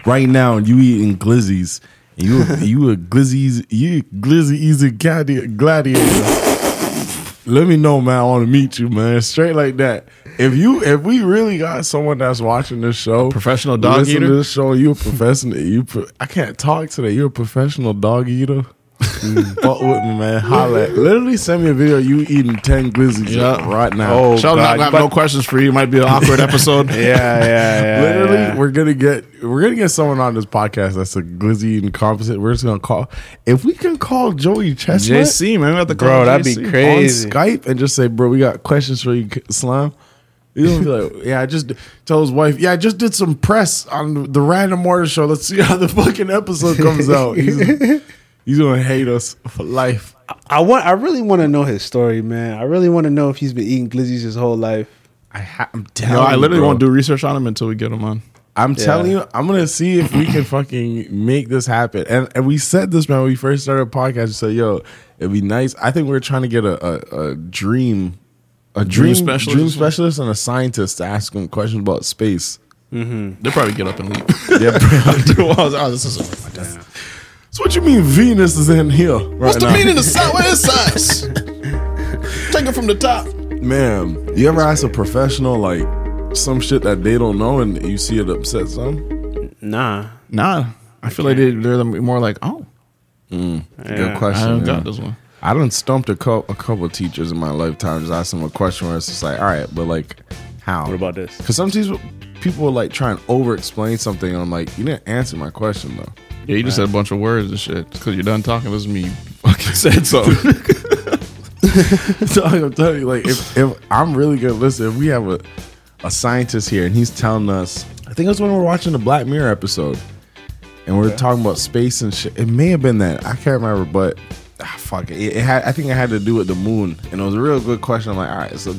right now, and you eating glizzies, and you you a glizzies, you glizzy easy gladi- gladiator. Let me know, man. I want to meet you, man. Straight like that. If you, if we really got someone that's watching this show,
Professional dog
listen
eater?
to this show, you a professional. You, pro- I can't talk today. You're a professional dog eater. Fuck with me, man. Holla. Literally send me a video of you eating 10 glizzies
Yeah.
right now.
Oh,
Sheldon,
God,
I
you
got
about-
no questions for you. It might be an awkward episode.
yeah, yeah, yeah.
Literally,
yeah.
we're gonna get we're gonna get someone on this podcast that's a glizzy eating composite. We're just gonna call if we can call Joey Chestnut
JC, man, we have to call
Bro,
him
that'd be
JC.
on
crazy.
Skype and just say, "Bro, we got questions for you, Slime." You gonna be like, "Yeah, I just tell his wife, yeah, I just did some press on the Random Order show. Let's see how the fucking episode comes out." He's, he's gonna hate us for life.
I want. I really want to know his story, man. I really want to know if he's been eating glizzies his whole life.
I ha- I'm telling
No, I
you,
literally
bro.
won't do research on him until we get him on.
I'm telling you, I'm gonna see if we can fucking make this happen. And and we said this man when we first started a podcast. We said, "Yo, it'd be nice." I think we are trying to get a a, a dream, a dream,
specialist?
dream specialist, and a scientist to ask him questions about space.
They'll probably get up and leave.
Yeah, bro.
oh, this is
so what you mean Venus is in here?
What's
right
the
now?
meaning of size? Where is size? Take it from the top.
man? You ever ask a professional like some shit that they don't know and you see it upsets them?
Nah,
Nah, I feel like they, they're more like, oh,
Good
I
question.
don't
yeah.
got this one.
I done stumped a couple a couple teachers in my lifetime. Just asked them a question where it's just like, all right, but like, how?
What about this?
Because sometimes people like try and over explain something, and I'm like, you didn't answer my question though.
Yeah, you just said a bunch of words and shit. Because you're done talking, doesn't mean you fucking said something.
so I'm telling you, like, if, if I'm really gonna listen, if we have a a scientist here and he's telling us, I think it was when we were watching the Black Mirror episode, and we are talking about space and shit. It may have been that I can't remember, but ah, fuck it. it, it had, I think it had to do with the moon, and it was a real good question. I'm like, all right, so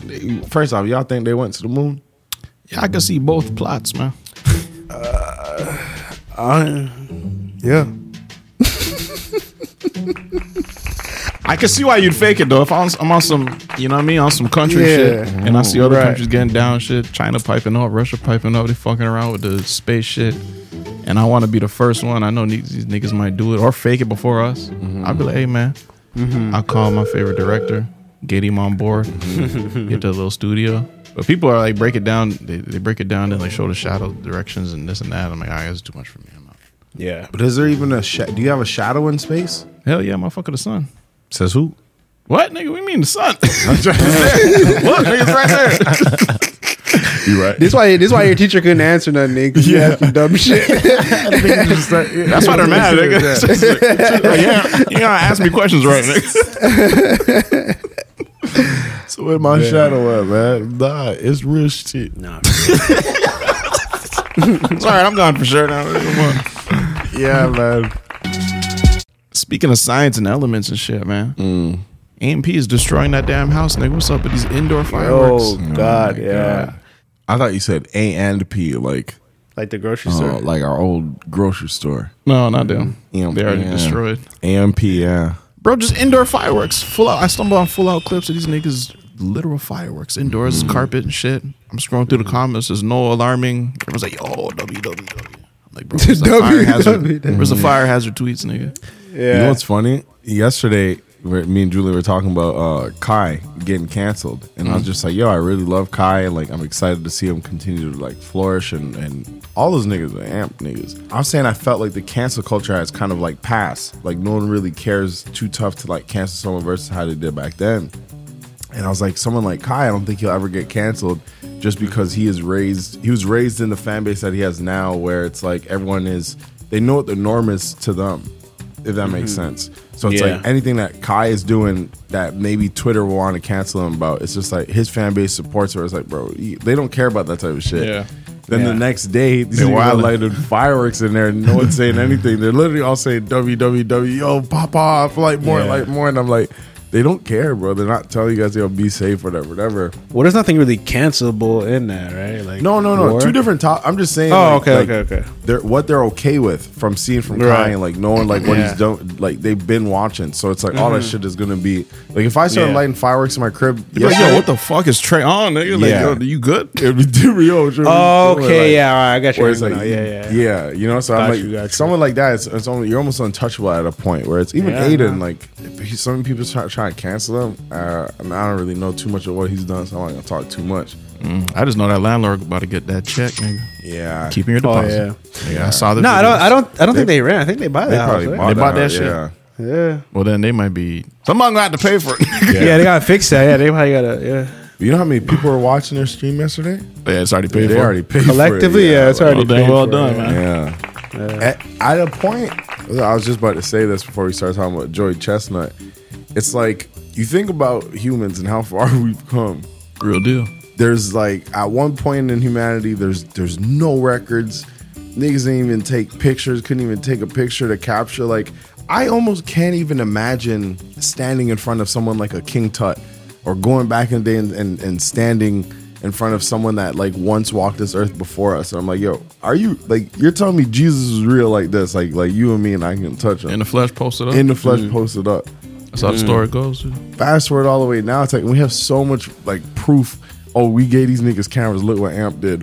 first off, y'all think they went to the moon?
yeah, I can see both plots, man.
Uh,
Yeah.
I can see why you'd fake it though. If I was, I'm on some, you know what I mean, on some country
Yeah.
shit, and I see other
Right.
countries getting down shit, China piping up, Russia piping up, they fucking around with the space shit, and I want to be the first one. I know niggas- these niggas might do it or fake it before us.
Mm-hmm.
I'd be like, hey man, I'll call my favorite director, get him on board,
Mm-hmm.
get to a little studio. But people are like break it down. They, they break it down and like show the shadow directions and this and that. I'm like, all right, that's too much for me. I'm out.
Yeah.
But is there even a sha- do you have a shadow in space?
Hell yeah, motherfucker, the sun.
Says who?
What nigga? We mean the sun.
Look, it's right there. you right.
This why. This why your teacher couldn't answer nothing. Nigga, 'cause you asked some dumb shit.
That's
That's why they're mad, nigga. Like, yeah, you gotta ask me questions right, nigga.
Where my
Yeah.
shadow at, man? Nah, it's real shit.
Nah.
It's all right. I'm gone for sure now.
yeah, man.
Speaking of science and elements and shit, man. AMP is destroying that damn house, nigga. What's up with these indoor fireworks?
Oh, my I thought you said A and P, like
like the grocery
uh,
store.
like our old grocery store.
No, not them.
EMP,
They already destroyed.
AMP, yeah.
Bro, just indoor fireworks. Full out. I stumble on full out clips of these niggas. Literal fireworks indoors,
Mm.
carpet and shit. I'm scrolling through the comments. There's no alarming. Everyone's like, "Yo, www." I'm like, bro, where's the fire hazard?
WWW.
Where's the fire hazard tweets, nigga?
You know what's funny? Yesterday, we're- me and Julie were talking about uh, Kai getting canceled, and I was
Mhm.
just like, "Yo, I really love Kai, and like, I'm excited to see him continue to like flourish." And and all those niggas are amp niggas. I was saying I felt like the cancel culture has kind of like passed. Like, no one really cares too tough to like cancel someone versus how they did back then. And I was like, someone like Kai, I don't think he'll ever get canceled just because he is raised, he was raised in the fan base that he has now, where it's like everyone is, they know what the norm is to them, if that makes
Mhm.
sense. So it's
Yeah.
like anything that Kai is doing that maybe Twitter will want to cancel him about, it's just like his fan base supports her. It's like, bro, you- they don't care about that type of shit.
Yeah.
Then
Yeah.
the next day, these
They're
niggas are
wildin'.
lighted fireworks in there, and no one's saying anything. They're literally all saying www, yo, pop off, like more,
Yeah.
like more, and I'm like, they don't care, bro. They're not telling you guys, yo, be safe, whatever, whatever.
Well, there's nothing really cancelable in that, right? Like
No, no, no.
war?
Two different top. I'm just saying.
Oh,
like-
okay,
like,
okay, okay.
They're what they're okay with from seeing from
Right.
Kai and like knowing like what
Yeah. Mm-hmm.
he's done. Like they've been watching, so it's like all that
Mhm.
shit is gonna be like if I started
Yeah.
lighting fireworks in my crib.
You're like, yo,
yesterday-
what the fuck is Trey on, nigga? Like,
Yeah.
yo, you good?
It'd be different, yo, what you
Oh,
doing?
okay, yeah, all right, I got your
where it's
angle now. Yeah, yeah,
yeah. You know, so
Got
I'm like,
you, got you.
someone like that, it's, it's only, you're almost untouchable at a point where it's even
Yeah,
Aiden.
nah.
Like, if he- some people try, try to cancel him. Uh, I, mean, I don't really know too much of what he's done, so I'm not gonna talk too much.
Mm, I just know that landlord about to get that check, nigga.
Yeah,
keeping your
Oh,
deposit.
yeah.
I saw the.
No, I don't. I don't. I don't think
They-
they ran. I think they buy
they
that.
probably
house,
bought
right?
They bought that that, shit. yeah.
Yeah.
Well, then they might be. Someone got to pay for it.
yeah. they gotta fix that. Yeah, they probably gotta. Yeah.
You know how many people were watching their stream yesterday?
Yeah, it's already paid
They
for.
already paid for it,
Collectively, yeah, it's already
well, done,
paid
well
for,
done,
yeah.
man.
Yeah. At, at a point, I was just about to say this before we started talking about Joey Chestnut. It's like you think about humans and how far we've come.
Real deal.
There's like at one point in humanity, there's there's no records. Niggas didn't even take pictures. Couldn't even take a picture to capture. Like I almost can't even imagine standing in front of someone like a King Tut, or going back in the day and, and, and standing in front of someone that like once walked this earth before us. And I'm like, yo, are you like you're telling me Jesus is real like this? Like like you and me and I can touch him
In the flesh, posted up.
in the flesh
Mm.
posted up.
That's
Mm.
how the story goes.
Fast forward all the way now. It's like we have so much like proof. Oh, we gave these niggas cameras. Look what Amp did.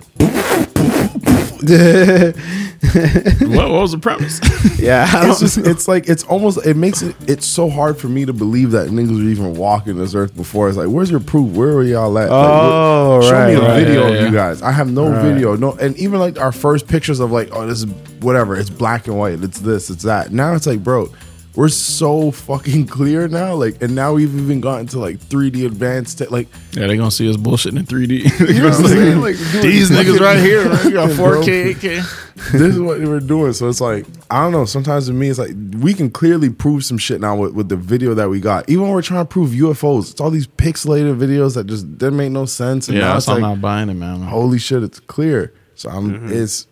what, what was the premise?
yeah, I
it's
don't
just it's like it's almost it makes it it's so hard for me to believe that niggas were even walking this earth before. It's like where's your proof? Where were y'all at? Like,
Oh,
wh- show me
right,
a
right,
video
yeah,
of
yeah.
you guys. I have no
Right.
video, no, and even like our first pictures of like oh this is whatever. It's black and white. It's this. It's that. Now it's like bro. We're so fucking clear now, like, and now we've even gotten to like 3D advanced, tech like,
Yeah, they're gonna see us bullshitting in 3D.
you know what I'm saying? Like, dude,
These niggas right here, man, you got
Bro.
4K, 8K.
this is what they were doing. So it's like, I don't know. Sometimes to me, it's like we can clearly prove some shit now with, with the video that we got. Even when we're trying to prove UFOs, it's all these pixelated videos that just didn't make no sense. And
Yeah,
now
that's
it's
why I'm
like,
not buying it, man.
holy shit, it's clear. So I'm, it's,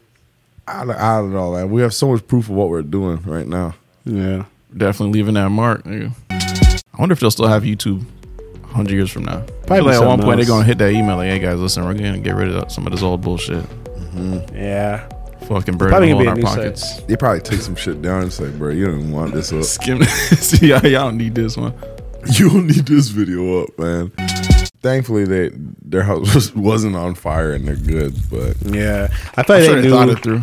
I don't, I don't know, man. We have so much proof of what we're doing right now.
Yeah,
definitely leaving that mark. Nigga. I wonder if they'll still have YouTube 100 years from now.
Probably
Probably at one
something
point they're
else.
gonna hit that email like, "Hey guys, listen, we're gonna get rid of some of this old bullshit.
yeah.
Fucking
Probably
burning
gonna
hole
be
in
a
our
new site.
pockets."
They probably take some shit down and say, bro, you don't even want this up.
Skim. See, y'all, y'all don't need this one.
You don't need this video up, man. Thankfully, they their house was, wasn't on fire and they're good, but.
Yeah, I thought
I'm
they
sure they
knew.
thought it through.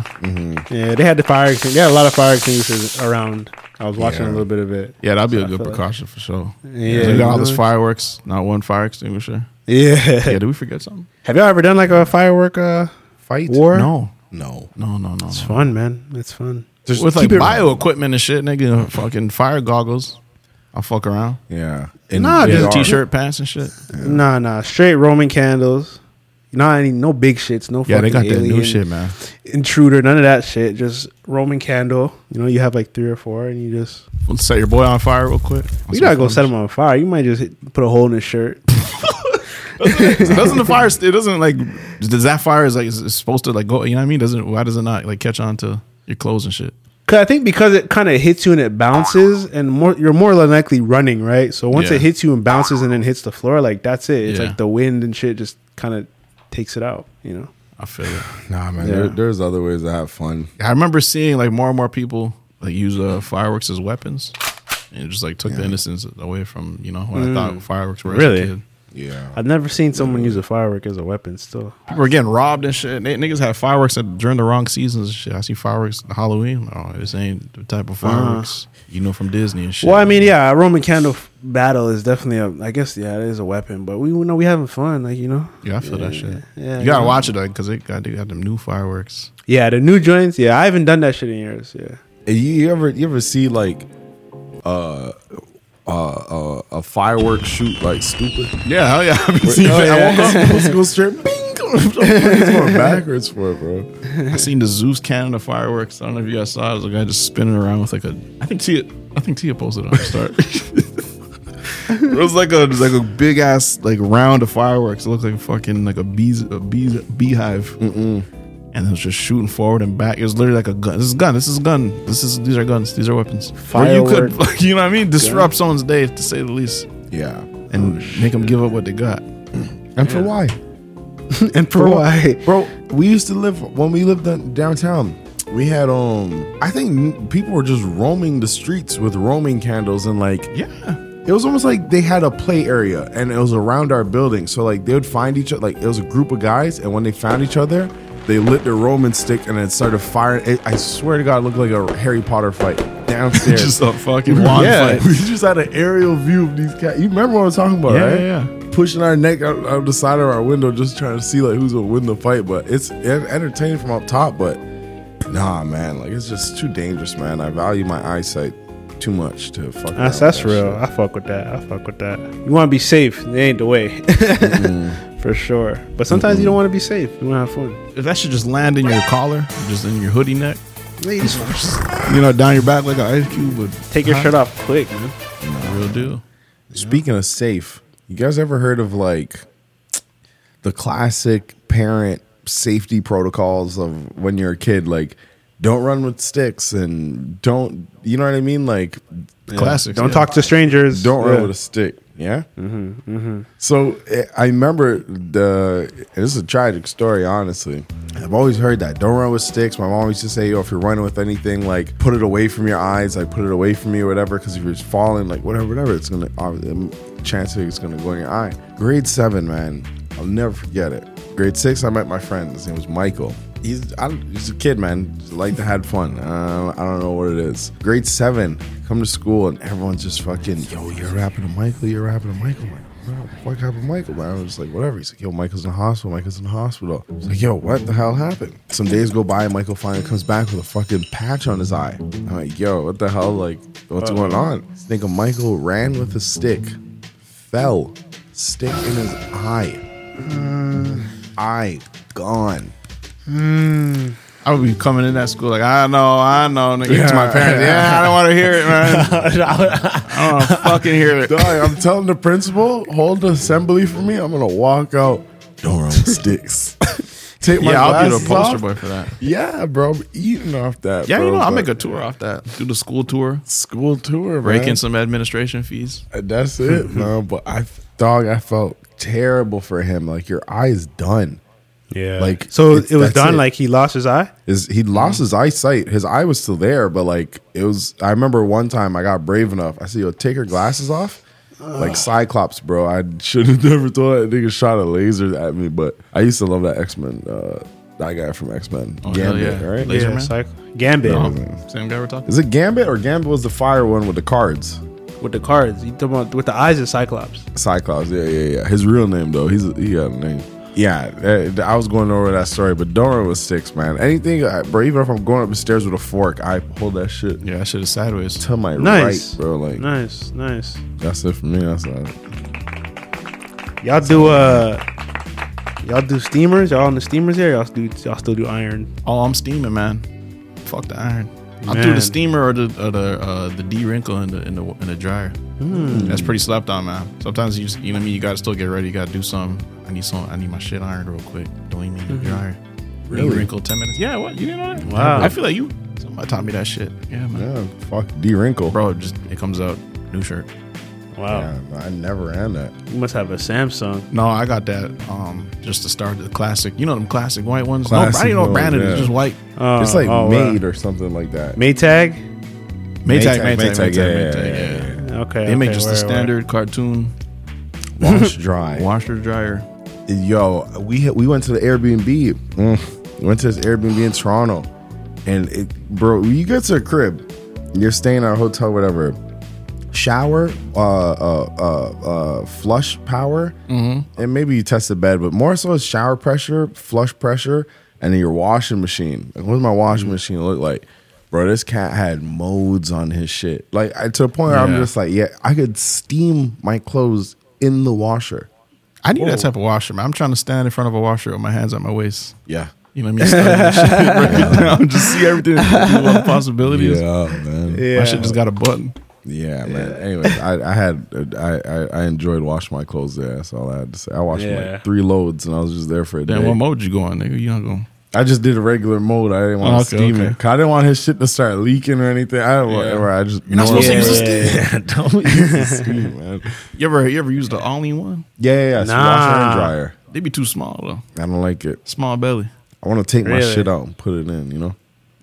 Yeah, they had the fire. extin- They had a lot of fire extinguishers around. I was watching a
Yeah.
little bit of it.
Yeah, that'd be
So
a
I
good
feel like-
precaution for sure.
Yeah,
we got all
you
this
know.
fireworks, not one fire extinguisher.
Yeah.
Yeah, did we forget something?
Have y'all ever done like a firework uh,
Fight?
war?
No,
No.
no, no, no.
It's
no.
fun, man. It's fun.
Just
With like
keep it-
bio equipment and shit, nigga, fucking fire goggles. I'll fuck around.
Yeah.
Nah,
they
just
are-
T-shirt, pants, and shit.
Nah, nah. Straight Roman candles. Not any no big shits. No.
Yeah, they got
fucking
that new
alien
shit, man.
Intruder. None of that shit. Just Roman candle. You know, you have like three or four, and you just
We'll set your boy on fire real quick.
you gotta go set him on fire. You might just hit, put a hole in his shirt.
doesn't, doesn't the fire? It doesn't like. Does that fire is like is it supposed to like go? You know what I mean? Doesn't why does it not like catch on to your clothes and shit?
Cause I think because it kind of hits you and it bounces, and more you're more than likely running, right? So once
Yeah.
it hits you and bounces and then hits the floor, like that's it. It's
Yeah.
like the wind and shit just kind of takes it out, you know.
I feel it.
Nah, man.
Yeah.
There, there's other ways to have fun.
I remember seeing like more and more people like use uh, fireworks as weapons, and it just like took the innocence away from you know when
Mm.
I thought fireworks were as a kid.
Yeah,
I've never seen someone use a firework as a weapon. Still,
People were getting robbed and shit. They, niggas had fireworks at, during the wrong seasons. and Shit, I see fireworks at Halloween. Oh, this ain't the type of fireworks you know from Disney and shit.
well, I mean, yeah, a Roman candle f- battle is definitely a. I guess yeah, it is a weapon, but we know we having fun, like you know.
Yeah, I feel that shit.
Yeah,
you gotta
yeah.
watch it though, because they got they got them new fireworks.
Yeah, the new joints. Yeah, I haven't done that shit in years. Yeah.
You, you ever you ever see like uh uh, uh a fireworks shoot like stupid?
Yeah, hell oh, yeah. I've
been
seeing that. I woke up,
go straight. Bing, it's going backwards for it, bro.
I seen the Zeus Canada fireworks. I don't know if you guys saw it. There's a guy just spinning around with like a. I think Tia. I think Tia posted it on her start. it was like a it was like a big ass like round of fireworks. It looked like fucking like a bees a bees beehive. Mm-mm. And it was just shooting forward and back. It was literally like a gun. This is a gun. This is a gun. This is these are guns. These are weapons. Where you could,
Firework
like, you know what I mean, disrupt someone's day to say the least.
Yeah,
and make them give up what they got.
And for why?
and
for why?
bro? We used to live when we lived in downtown. We had um, I think people were just roaming the streets with roaming candles and like
yeah.
It was almost like they had a play area and it was around our building. So like they would find each other like it was a group of guys and when they found each other, they lit their Roman stick and then started firing. It, I swear to God, it looked like a Harry Potter fight downstairs.
Just a fucking wand
yeah,
fight.
We just had an aerial view of these cats. You remember what I was talking about,
Yeah,
right?
yeah,
Pushing our neck out, out the side of our window, just trying to see like who's gonna win the fight. But it's en- entertaining from up top, but nah, man, like it's just too dangerous, man. I value my eyesight too much to fuck. around
That's
with
that's
that shit.
real. I fuck with that. I fuck with that. You want to be safe. It ain't the way,
Mm-hmm.
for sure. But sometimes you don't want to be safe. You want to have fun.
If that should just land in your collar, just in your hoodie neck,
Ladies
you know, down your back like an ice cube would.
Take your shirt off quick, man.
Real deal.
Speaking of safe, you guys ever heard of like the classic parent safety protocols of when you're a kid, like don't run with sticks and don't, you know what I mean? Like
The classics, Don't yeah. talk to strangers.
Don't
Yeah.
run with a stick. Yeah. Mm-hmm, mm-hmm. So eh, I remember the. and This is a tragic story, honestly. I've always heard that. Don't run with sticks. My mom used to say, "Yo, if you're running with anything, like put it away from your eyes, like put it away from you, or whatever. Because if you're falling, like whatever, whatever, it's gonna obviously chance of it's gonna go in your eye." Grade seven, man. I'll never forget it. Grade six, I met my friend. His name was Michael. He's I, don't- he's a kid, man. Just Like to had fun. Uh, I don't know what it is. Grade seven, come to school and everyone's just fucking, yo, you're rapping to Michael. You're rapping to Michael. Man. What happened, to Michael? Man, I was just like, whatever. He's like, yo, Michael's in the hospital. Michael's in the hospital. I was like, yo, what the hell happened? Some days go by, and Michael finally comes back with a fucking patch on his eye. I'm like, yo, what the hell? Like, what's
Uh-oh.
going on? Think of Michael ran with a stick, fell, stick in his eye, Uh. eye gone.
I would be coming in that school like, I know, I know, nigga. to my parents, yeah, I don't want to hear it, man. I don't want to fucking hear it.
Dog, I'm telling the principal, hold the assembly for me. I'm gonna walk out. Don't run with sticks. Take my
yeah, I'll be the
glasses
poster
off.
boy for that.
Yeah, bro, I'm eating off that.
Yeah, you
bro,
know, I'll
but-
make a tour off that. Do the school tour.
School tour,
Break
man.
in some administration fees.
That's it, man. But I, dog, I felt terrible for him. Like your eye is done.
Yeah.
Like
So
it's-
it was
that's
done. Like he lost his eye.
is he lost his eyesight. His eye was still there, but like it was. I remember one time I got brave enough. I said, "Yo, take her glasses off." Like Cyclops, bro. I should have never thought that nigga shot a laser at me, but I used to love that X Men. Uh, that guy from X Men,
Oh, hell
Gambit,
yeah.
right?
Laser Yeah, Man? Cy-
Gambit.
No, Um, same guy we're talking.
Is it Gambit or Gambit was the fire one with the cards?
With the cards, you talking about with the eyes of Cyclops?
Cyclops. Yeah, yeah, yeah. His real name though. He's he got a name. Yeah, eh, I was going over that story, but don't run with sticks, man. Anything, I- bro. Even if I'm going up the stairs with a fork, I hold that shit.
Yeah, I should have sideways
to my
Nice.
right, bro. Like
Nice, nice.
that's it for me. That's not.
Y'all do uh, y'all do steamers. Y'all on the steamers here. Y'all do y'all still do iron.
Oh, I'm steaming, man. Fuck the iron. I'll do
Man.
the steamer or the or the uh, the de wrinkle in the in the in the dryer. That's pretty slept on, man. Sometimes you just, you know what I mean. You gotta still get ready. You gotta do something. I need some. I need my shit ironed real quick. Don't even need your iron.
Really?
Mm-hmm. Really? Wrinkle ten minutes. Yeah. What? You didn't know that?
Wow.
I feel like you. Somebody taught me that shit. Yeah, man.
Yeah. Fuck D wrinkle,
bro. Just it comes out new shirt.
Wow.
I never had that.
You must have a Samsung.
No, I got that um just to start the classic. You know them classic white ones. no,
Classic
I didn't know what
ones,
brand it is.
yeah.
Just white.
Oh,
it's like
oh, wow.
made or something like that.
Maytag?
Maytag, Maytag,
Maytag,
Maytag,
Maytag, yeah, yeah,
Maytag, yeah.
Okay,
They make
okay,
just
word,
the
word.
standard cartoon
Wash dry.
washer dryer.
Yo, we hit- we went to the Airbnb. Mm, went to this Airbnb in Toronto, and it, bro, you get to a crib, you're staying at a hotel, whatever. Shower, uh, uh, uh, uh flush power, and maybe you test the bed, but more so it's shower pressure, flush pressure, and then your washing machine. Like, what does my washing machine look like? Bro, this cat had modes on his shit. Like I, to a point where I'm
Yeah.
just like, yeah, I could steam my clothes in the washer.
I need that type of washer, man. I'm trying to stand in front of a washer with my hands at my waist.
Yeah.
You know what I mean? Study this shit, break it down, just see everything, do all the possibilities.
Yeah, oh, man.
My shit just got a button.
Yeah, man. Anyways, I, I had I, I I enjoyed washing my clothes there. That's all I had to say. I washed
Yeah.
like three loads, and I was just there for a day.
Then what mode you going, nigga? You not going?
I just did a regular mode. I didn't want
Oh,
to
okay,
steam
okay.
it. 'Cause I didn't want his shit to start leaking or anything. I don't whatever. I just
You're not supposed to
Yeah,
use
yeah,
this
yeah.
thing.
Don't use the steam, man.
You ever you ever used the all in one?
Yeah, yeah, yeah. It's washer
Nah.
and dryer.
They be too small though.
I don't like it.
Small belly.
I want to take my
Really?
shit out and put it in. You know?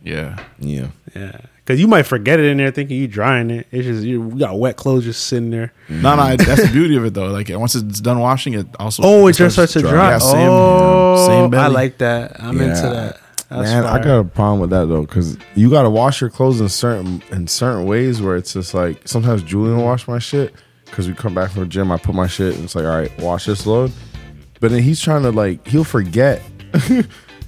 Yeah.
Yeah.
Yeah. Because you might forget it in there thinking you drying it. It's just, you you got wet clothes just sitting there.
No, no, that's the beauty of it though. Like once it's done washing, it also
Oh, it just starts to dry.
Yeah, same,
oh,
same belly.
I like that. I'm into
Yeah.
that. That's
Man, I
fire.
got a problem with that though, because you got to wash your clothes in certain in certain ways where it's just like sometimes Julian will wash my shit because we come back from the gym, I put my shit and it's like, all right, wash this load, but then he's trying to like he'll forget.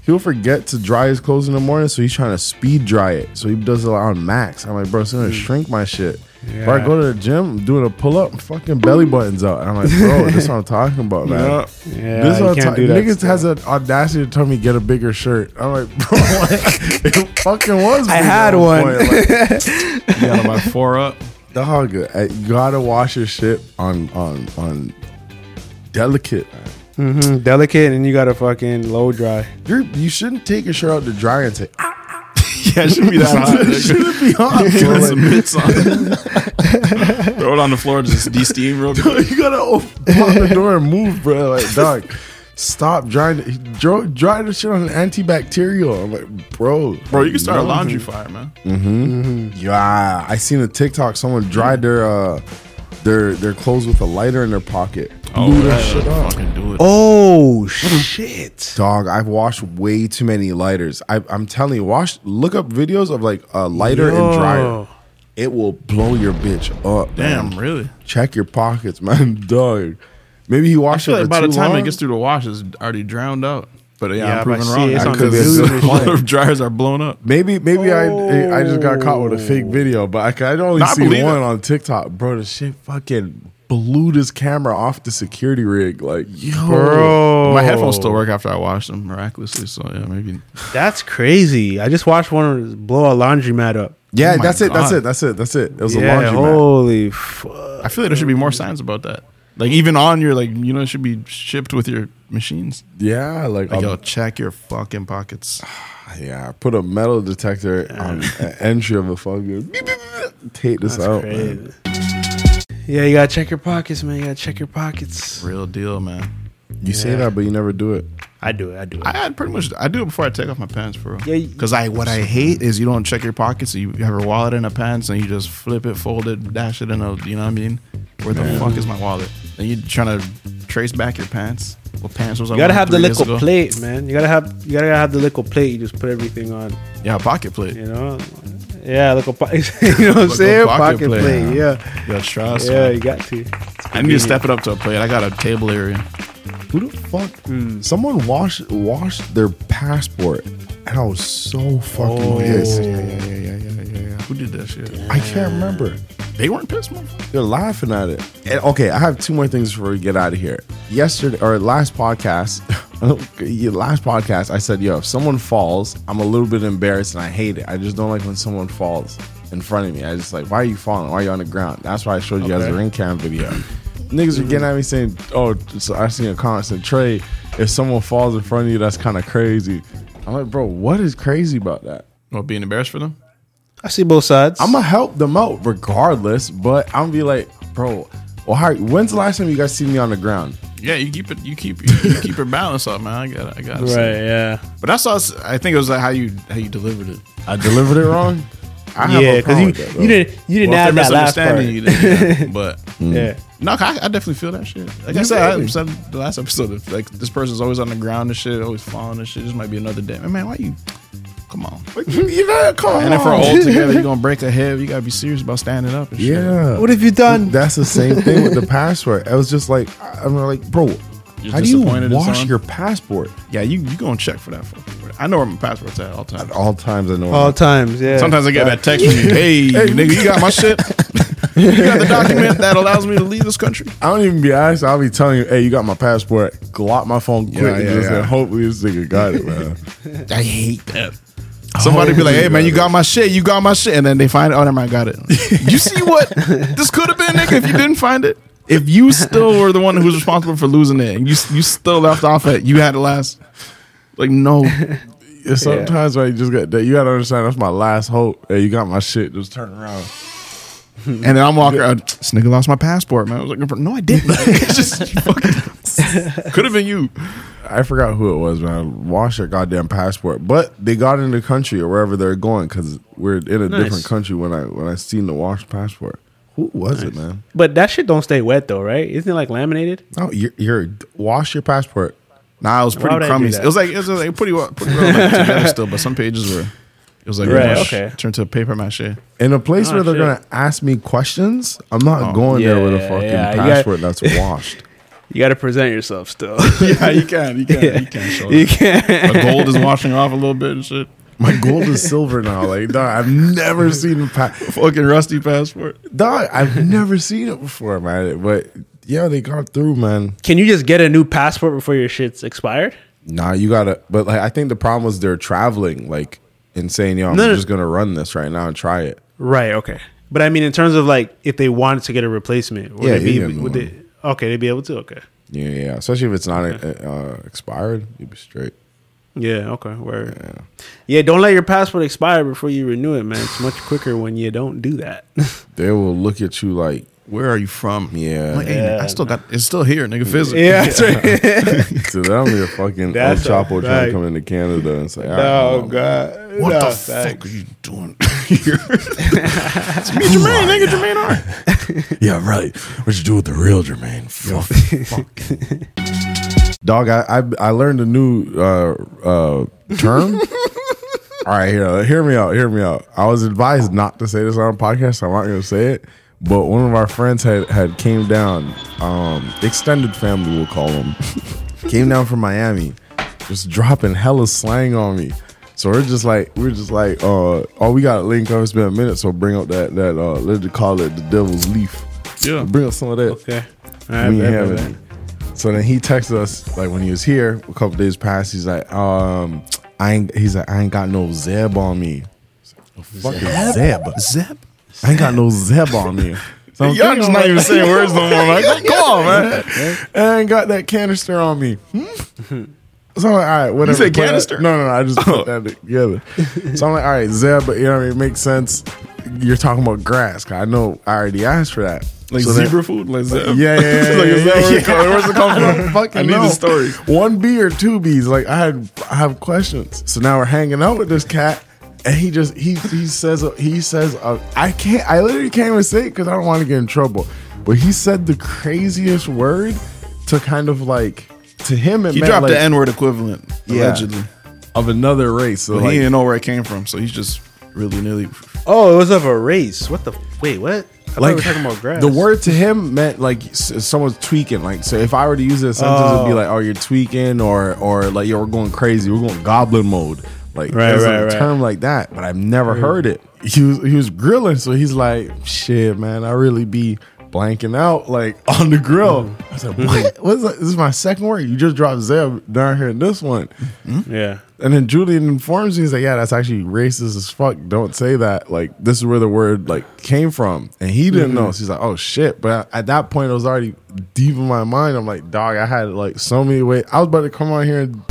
He'll forget to dry his clothes in the morning, so he's trying to speed dry it. So he does it on max. I'm like, bro, it's gonna shrink my shit. Or I
Mm. Yeah.
go to the gym, doing a pull up, fucking belly buttons out. And I'm like, bro, this is what I'm talking about, man.
Yeah. Yeah,
this is
you
what I'm
can't
talking
do that
Niggas has an audacity to tell me get a bigger shirt. I'm like, bro, it fucking was.
I
big
had
at
one.
point, like-
you got about four up.
Dog, uh, you gotta wash your shit on on on delicate. man.
Mm.
hmm Delicate, and you got to fucking low dry.
You're, you shouldn't take your shirt out to dry and say, ah,
Yeah, it shouldn't be that hot.
it shouldn't be hot. bro.
Put
Like,
some mitts on. Throw it on the floor, just de-steam real quick.
you gotta open, pop the door and move, bro. Like, dog, stop drying. Dry, dry the shit on an antibacterial. I'm like, bro,
Bro, you can start a
no.
laundry fire, man.
Mm-hmm. Yeah, I seen a TikTok. Someone dried their uh, their their clothes with a lighter in their pocket. Blew their shit up.
Oh, fucking do it.
Oh, shit.
Dog, I've washed way too many lighters. I, I'm telling you, wash. Look up videos of like a lighter and dryer.
Yo.
It will blow your bitch up.
Damn,
man.
really?
Check your pockets, man. Dog. Maybe he
I
washed
feel
it for
like by the
too
time
long.
it gets through the wash, it's already drowned out. But yeah,
Yeah,
I'm
but
proven
see,
wrong.
it's
I
on
could
the
be-
news
a
and
lot
shit.
of dryers are blown up.
Maybe maybe I I just got caught with a fake video, but I, could, I'd only
Nah, I
seen
Oh. believe
one
it.
on TikTok, bro. The shit fucking blew this camera off the security rig, like yo,
Bro.
My headphones
Oh.
still work after I wash them miraculously. So yeah, maybe.
That's crazy. I just watched one blow a laundromat up.
Yeah,
Oh my
that's it, that's
God.
it, that's it, that's it. It was
yeah,
a laundromat.
holy fuck.
I feel like there should be more signs about that. Like even on your like, you know, it should be shipped with your machines.
Yeah, like,
Like
um,
yo, check your fucking pockets.
yeah, I put a metal detector on an entry of a fucking. beep, beep, beep, Take this
Oh,
out, man.
Crazy. Yeah, you gotta check your pockets, man. You gotta check your pockets.
Real deal, man.
You say
Yeah.
that, but you never do it.
I do it. I do it.
I had pretty much I do it before I take off my pants, bro.
Yeah, you-
Because I what I hate is you don't check your pockets. You have your wallet in the pants and you just flip it, fold it, dash it in a. You know what I mean? Where the fuck is my wallet? And you trying to trace back your pants. What pants was I?
You gotta
wearing
have the
three years
liquid
ago?
plate, man. You gotta have you gotta have the liquid plate. You just put everything on.
Yeah, pocket plate.
You know, yeah, liquid pocket. you know what I'm
Liquid
saying?
pocket
Pocket plate.
plate.
Yeah,
Yo, trust.
yeah,
man.
you got to.
I need to step it up to a plate. I got a table area.
Who the fuck?
Hmm.
Someone washed washed their passport, and I was so fucking pissed.
Oh. yeah, yeah, yeah, yeah, yeah. Who did that shit?
I can't remember.
They weren't pissed, motherfucker.
They're laughing at it. And, okay, I have two more things before we get out of here. Yesterday or last podcast, your last podcast, I said, "Yo, if someone falls, I'm a little bit embarrassed and I hate it. I just don't like when someone falls." in front of me. I was just like, why are you falling? Why are you on the ground? That's why I showed you guys
Okay.
the ring cam video. Niggas were getting at me saying, oh, so I seen a constant trade. If someone falls in front of you, that's kind of crazy. I'm like, bro, what is crazy about that?
Well, being embarrassed for them?
I see both sides. I'm gonna help them out regardless, but I'm gonna be like, bro, well, how, when's the last time you guys see me on the ground?
Yeah, you keep it. You keep you, you keep your balance up, man. I got. I got.
Right, yeah.
But I saw. I think it was like how you how you delivered it.
I delivered it wrong. I have
Yeah, 'cause
a problem
you-
with that, bro.
you didn't- you didn't Well, if add they're that last misunderstanding part. you, then, yeah, but-
Mm.
No, I, I definitely feel that shit. Like I
You
said, I
really?
said the last episode. If, like this person's always on the ground and shit, always falling and shit. This might be another day. Man, why you? Come on.
you gotta come
and if we're
on.
old together, you're gonna break a hip. You gotta be serious about standing up. And shit.
Yeah.
What have you done?
That's the same thing with the password. I was just like, I- I'm like, bro,
You're
how do you
disappointed in
wash
someone?
your passport?
Yeah, you you gonna check for that? For, I know where my passport's at all the time.
At all times, I know.
All times, yeah. Sometimes I get that text from you, "Hey, nigga, you got my shit? You got the document that allows me to leave this country?"
I don't even be asked. I'll be telling you, hey, you got my passport. Glock my phone quick
Yeah,
and
yeah,
just
yeah.
and hopefully this nigga got it, man.
I hate that. Somebody be like, "Hey man, you got my shit. You got my shit," and then they find it. Oh, never mind, got it. you see what this could have been, nigga? If you didn't find it, if you still were the one who was responsible for losing it, and you you still left off at you had it last. Like no,
Yeah, Sometimes when you just got that, you gotta understand that's my last hope. Hey, you got my shit. Just turn around.
and then I'm walking around. This nigga lost my passport, man. I was like, no, I didn't. It's just fucking could have been you.
I forgot who it was, man. Wash your goddamn passport. But they got in the country or wherever they're going because we're in a
Nice.
different country when I when I seen the washed passport. Who was it, man?
But that shit don't stay wet though, right? Isn't it like laminated?
No, you're, you're wash your passport.
Nah, it was
Why would
pretty
I do
crummy. It
that?
was like it was like pretty well, pretty well like, together still, but some pages were. It was like
Right,
mush
okay.
turned to paper mache.
In a place
Oh,
where they're
shit.
gonna ask me questions, I'm not
Oh.
going there with a
Yeah,
fucking
yeah, you gotta-
passport that's washed.
You got to present yourself still.
yeah, you can, you can, you can. Show
You
it.
can.
My gold is washing off a little bit and shit.
My gold is silver now. Like, dog, I've never seen a pa-
fucking rusty passport.
Dog, I've never seen it before, man. But yeah, they got through, man.
Can you just get a new passport before your shit's expired?
Nah, you gotta. But like, I think the problem was they're traveling, like, and saying, "Yo, I'm
No, no.
just gonna run this right now and try it."
Right. Okay. But I mean, in terms of like, if they wanted to get a replacement, would
Yeah,
they be,
you can-
would they? Okay, they'd be able to. Okay.
Yeah, yeah. Especially if it's not uh, expired, you'd be straight.
Yeah. Okay. Word. Yeah. Don't let your passport expire before you renew it, man. It's much quicker when you don't do that.
They will look at you like,
"Where are you from?"
Yeah,
Like, hey, I still got it's still here, nigga. Physical.
Yeah, that's right.
so that'll be a fucking El
That's a
Chapo trying
fact.
to come into Canada and say,
No,
God,
What
No,
the fuck
thanks.
are you doing here? it's me, Jermaine, nigga, Jermaine R.
Yeah, right. What you do with the real Jermaine? Dog, I, I I learned a new uh uh term. All right, here, hear me out, hear me out. I was advised not to say this on a podcast, so I'm not gonna say it. But one of our friends had had came down, um, extended family we'll call them, came down from Miami, just dropping hella slang on me. So we're just like we're just like uh oh we got a link up it's been a minute so bring up that that uh let's call it the devil's leaf
yeah
bring up some of that okay
Alright,
we ain't
bet, bet,
having
bet.
it. So then he texted us like when he was here a couple days past. He's like, um, I ain't. He's like, I ain't got no zeb on me. Fucking zeb,
zeb.
I ain't got no zeb on me. So I'm
Y'all
thinking,
just not
like-
even saying words no more. man. Like, come on, man.
I ain't got that canister on me. Hmm? So I'm like, all right, whatever.
said
Put that-
canister? Oh.
No, no, no. I just put that together. So I'm like, all right, Zeb, but you know what I mean? It makes sense. You're talking about grass. 'cause I know I already asked for that.
Like
So then-
zebra food, like
Yeah,
zeb.
yeah, yeah.
like,
yeah,
is that where
yeah.
it come- where's it come from?
Fucking
I need
know.
the story.
One B or two B's. Like I had, I have questions. So now we're hanging out with this cat, and he just he he says he says uh, I can't. I literally can't even say it because I don't want to get in trouble. But he said the craziest word to kind of like to him. It
He
meant
dropped
like,
the N word equivalent,
Yeah.
allegedly.
Of another race. So
But
like-
he didn't know where it came from, so he's just really nearly
Oh, it was of a race. What the? Wait, what? I thought we
like
were talking about grass.
the word to him meant like s- someone's tweaking. Like so, if I were to use this sentence, it'd be
Oh.
like, "Oh, you're tweaking," or or like, "Yo, we're going crazy. We're going goblin mode." Like
Right,
there's
right,
a
right.
term like that, but I've never
Mm.
heard it. He was he was grilling, so he's like, "Shit, man, I really be blanking out like on the
Mm.
grill. I said, "What? What's that? This is my second word. You just dropped Zeb down here in this one."
Mm. Yeah.
And then Julian informs me, he's like, yeah, that's actually racist as fuck. Don't say that. Like, this is where the word like came from. And he didn't
Mhm.
know. So he's like, oh shit. But at that point, it was already deep in my mind. I'm like, dog, I had like so many ways. I was about to come on here and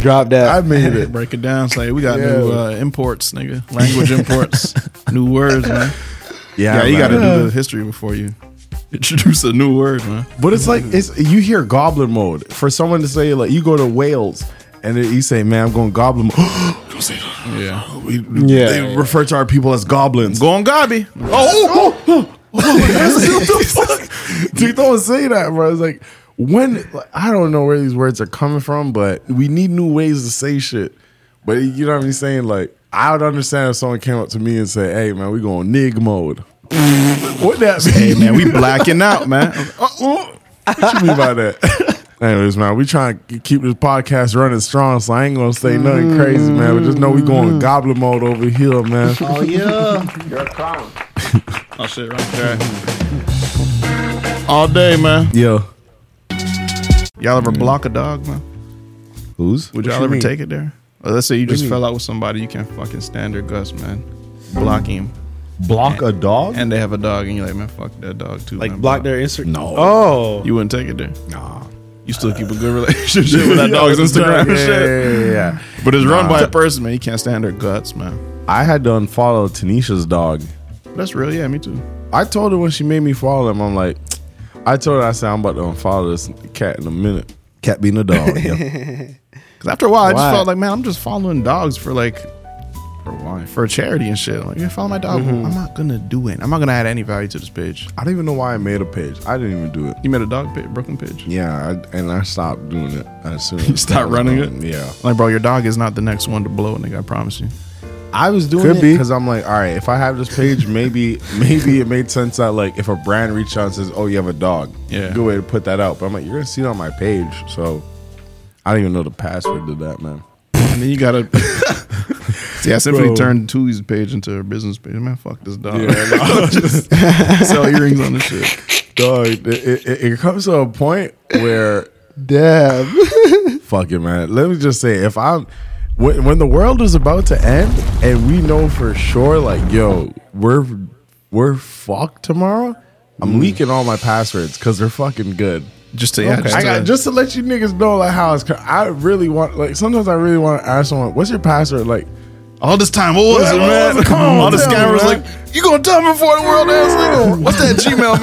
drop that.
I made it.
Break it down. Say we got
Yeah.
new uh, imports, nigga. Language imports, new words, man.
Yeah,
you got to
man.
do the history before you introduce a new word, man.
But it's like it's you hear goblin mode for someone to say like you go to Wales and then you say, man, I'm going goblin. mode. Don't say that.
Yeah.
We,
Yeah.
They refer to our people as goblins.
Go on, Gobby.
Oh, oh, oh, oh, oh. dude, don't say that, bro. It's like when like, I don't know where these words are coming from, but we need new ways to say shit. But you know what I'm saying? Like I would understand if someone came up to me and said, "Hey, man, we going nig mode." what that mean? Hey,
man, we blacking out, man.
What you mean by that? Anyways, man, we trying to keep this podcast running strong, so I ain't gonna say nothing crazy, man. But just know we going goblin mode over here, man.
Oh, yeah. You're a clown. oh shit, right there. All day, man.
Yo.
Y'all ever block a dog, man?
Who's?
Would
What
y'all
you
ever
mean?
take it there? Or let's say you
What
just
you
fell out with somebody, you can't fucking stand their guts, man. Block him.
Block a dog?
And they have a dog, and you're like, man, fuck that dog too. Like
block their Instagram.
No.
Oh.
You wouldn't take it there. Nah. You still keep a good relationship with Oh. that
Yeah,
dog's
with the
Instagram
dog.
and
Yeah,
shit.
yeah, yeah, yeah.
But it's run
Nah.
by a person, man. You can't stand their guts, man.
I had to unfollow Tanisha's dog.
That's real. Yeah, me too.
I told her when she made me follow him, I'm like, I told her I said I'm about to unfollow this cat in a minute. Cat being a dog.
Because after a while, I just
Why?
felt like, man, I'm just following dogs for like, for why? For a charity and shit. I'm like, you follow my dog.
Mhm.
I'm not gonna do it. I'm not gonna add any value to this page.
I don't even know why I made a page. I didn't even do it.
You made a dog page, Brooklyn page.
Yeah, I, and I stopped doing it as soon as
You start running it.
Yeah.
Like, bro, your dog is not the next one to blow, nigga. I promise you.
I was doing
Could
it
be.
because I'm like, all right, if I have this page, maybe maybe it made sense that like if a brand reached out and says, "Oh, you have a dog,"
Yeah.
good way to put that out. But I'm like, you're gonna see it on my page, so I don't even know the password to that, man.
And then you gotta. See, I simply
Bro.
turned Tui's page into a business page. Man, fuck this dog.
Yeah, no.
Just sell earrings on this shit.
Dog, it, it, it- it comes to a point where,
damn,
fuck it, man. Let me just say, if I'm when, when the world is about to end and we know for sure, like, yo, we're we're fucked tomorrow. I'm leaking all my passwords because they're fucking good.
Just to, yeah, just
I got
to-
just to let you niggas know like how it's. co- I really want like sometimes I really want to ask someone, "What's your password?" Like
all this time, what was it, man?
Come on,
all the
tell me,
scammers
man.
like, you gonna tell me before the world ends? nigga? What's that Gmail,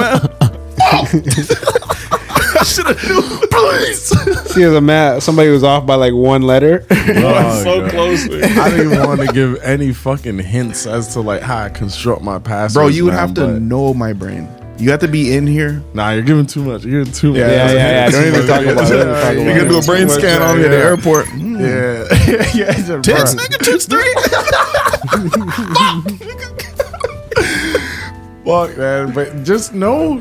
man? I should have knew. Please.
See, as a mat, somebody was off by like one letter.
Dog,
so
bro.
close.
Oh, I don't even want to give any fucking hints as to like how I construct my password.
Bro, you would have to know my brain. You have to be in here.
Nah, you're giving too much. You're giving too much.
Yeah, yeah, yeah, yeah. Don't even talk about it. Don't even talk about
You're
it.
gonna do a brain
Too much,
scan on me
yeah,
at the
yeah.
airport. Mm. Yeah, yeah, yeah.
Tits,
bruh.
nigga, tits three.
Fuck, man. But just know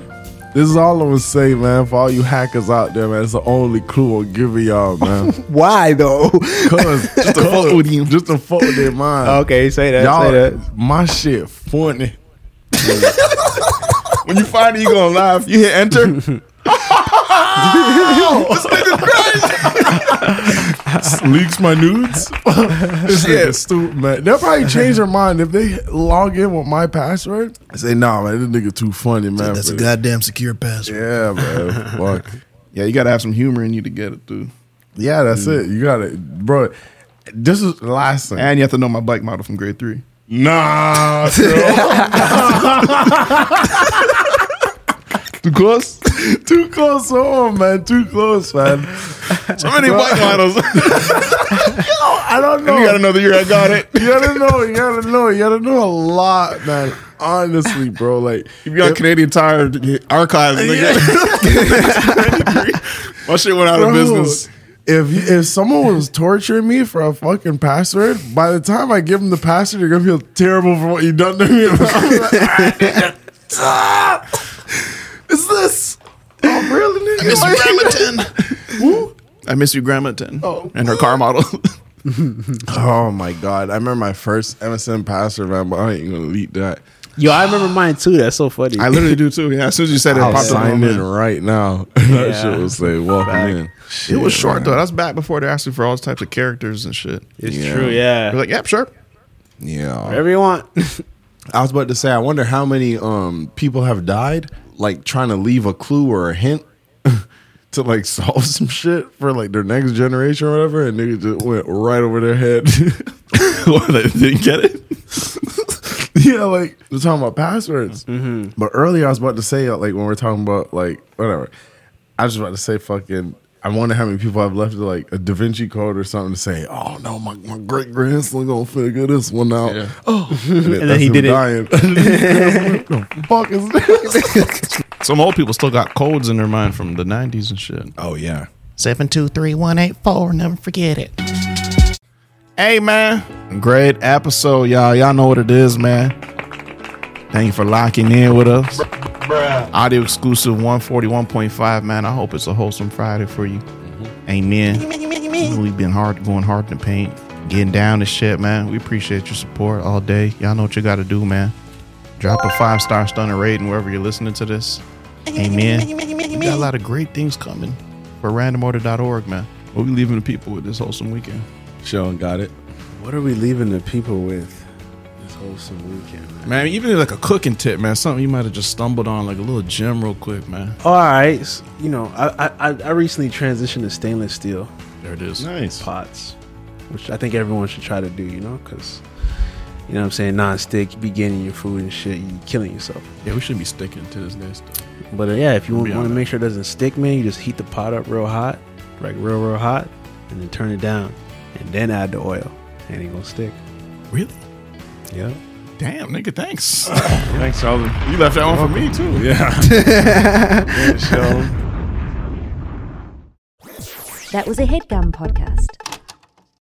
this is all I'm gonna say, man. For all you hackers out there, man, it's the only clue I'm giving y'all, man.
Why though?
Cause just to fuck with you, just to fuck with their mind.
Okay, say that.
Y'all,
say that.
my shit funny. when you find it, you gonna laugh. You hit enter. this nigga crazy. Leaks my nudes. this nigga stupid, man. They'll probably change their mind if they log in with my password. I say, nah, man, this nigga too funny, man. for this.
goddamn secure password.
yeah, man. Fuck.
Yeah, you gotta have some humor in you to get it through.
Yeah, that's it. You got it, bro. This is the last thing.
Mm. And you have to know my bike model from grade three.
Nah,
Too close?
too close home, man. Too close, man.
So many bike models.
I don't know.
you got another year, I got it.
You gotta know. You gotta know. You gotta know a lot, man. Honestly, bro. Like
You be on Canadian Tire archives, nigga. My shit went out of
bro,
business.
If you- if someone was torturing me for a fucking password, by the time I give them the password, you're gonna feel terrible for what you done to me. "Ah, Is this? Oh, really,
I
nigga?
miss you,
Like-
Grandma Ten. I miss you, Grandma Ten.
Oh.
And her car model.
Oh my god! I remember my first MSN password, man. But I ain't gonna leak that.
Yo, I remember mine too. That's so funny.
I literally do too. Yeah, as soon as you said it, it
I'll
popped up in
sign
my
in
mind.
right now. that
Yeah.
shit was like welcome
Back.
in.
it was short
man.
though. That's back before they asked you for all types of characters and shit.
It's true, yeah.
They're like, yep, sure.
Yeah.
Whatever you want.
I was about to say, I wonder how many um people have died, like trying to leave a clue or a hint to like solve some shit for like their next generation or whatever, and niggas just went right over their head. Or they didn't get it. yeah, like we're talking about passwords.
Mm-hmm.
But earlier I was about to say, uh, like when we're talking about like whatever, I was about to say fucking. I wonder how many people I've left like a Da Vinci Code or something to say. Oh no, my, my great grandson gonna figure this one out. Oh,
And then he did it.
it. fuck is
Some old people still got codes in their mind from the '90s and shit.
Oh yeah.
Seven two three one eight four. Never forget it. Hey man, great episode, y'all. Y'all know what it is, man. Thank you for locking in with us. Audio exclusive 141.5, man. I hope it's a wholesome Friday for you. Amen. We've been hard going hard in the paint, getting down to shit, man. We appreciate your support all day. Y'all know what you gotta do, man. Drop a five star stunner rating wherever you're listening to this. Amen. We got a lot of great things coming for randomorder.org, man.
What we leaving the people with this wholesome weekend?
Sean got it. What are we leaving the people with this wholesome weekend?
Man, even like a cooking tip, man. Something you might have just stumbled on, like a little gem, real quick, man.
Oh, All right, s- you know, I, I- I I recently transitioned to stainless steel.
There it is.
Nice
pots, which I think everyone should try to do. You know, because you know what I'm saying non-stick, you be getting your food and shit, you killing yourself.
Yeah, we should be sticking to this next. stuff.
But uh, yeah, if you
We'll
want
be
to
honest.
make sure it doesn't stick, man, you just heat the pot up real hot, like real real hot, and then turn it down, and then add the oil, and it gonna stick.
Really?
Yeah.
Damn, nigga, thanks.
Thanks, Alvin.
You left that one for me too.
Yeah.
That was a headgum podcast.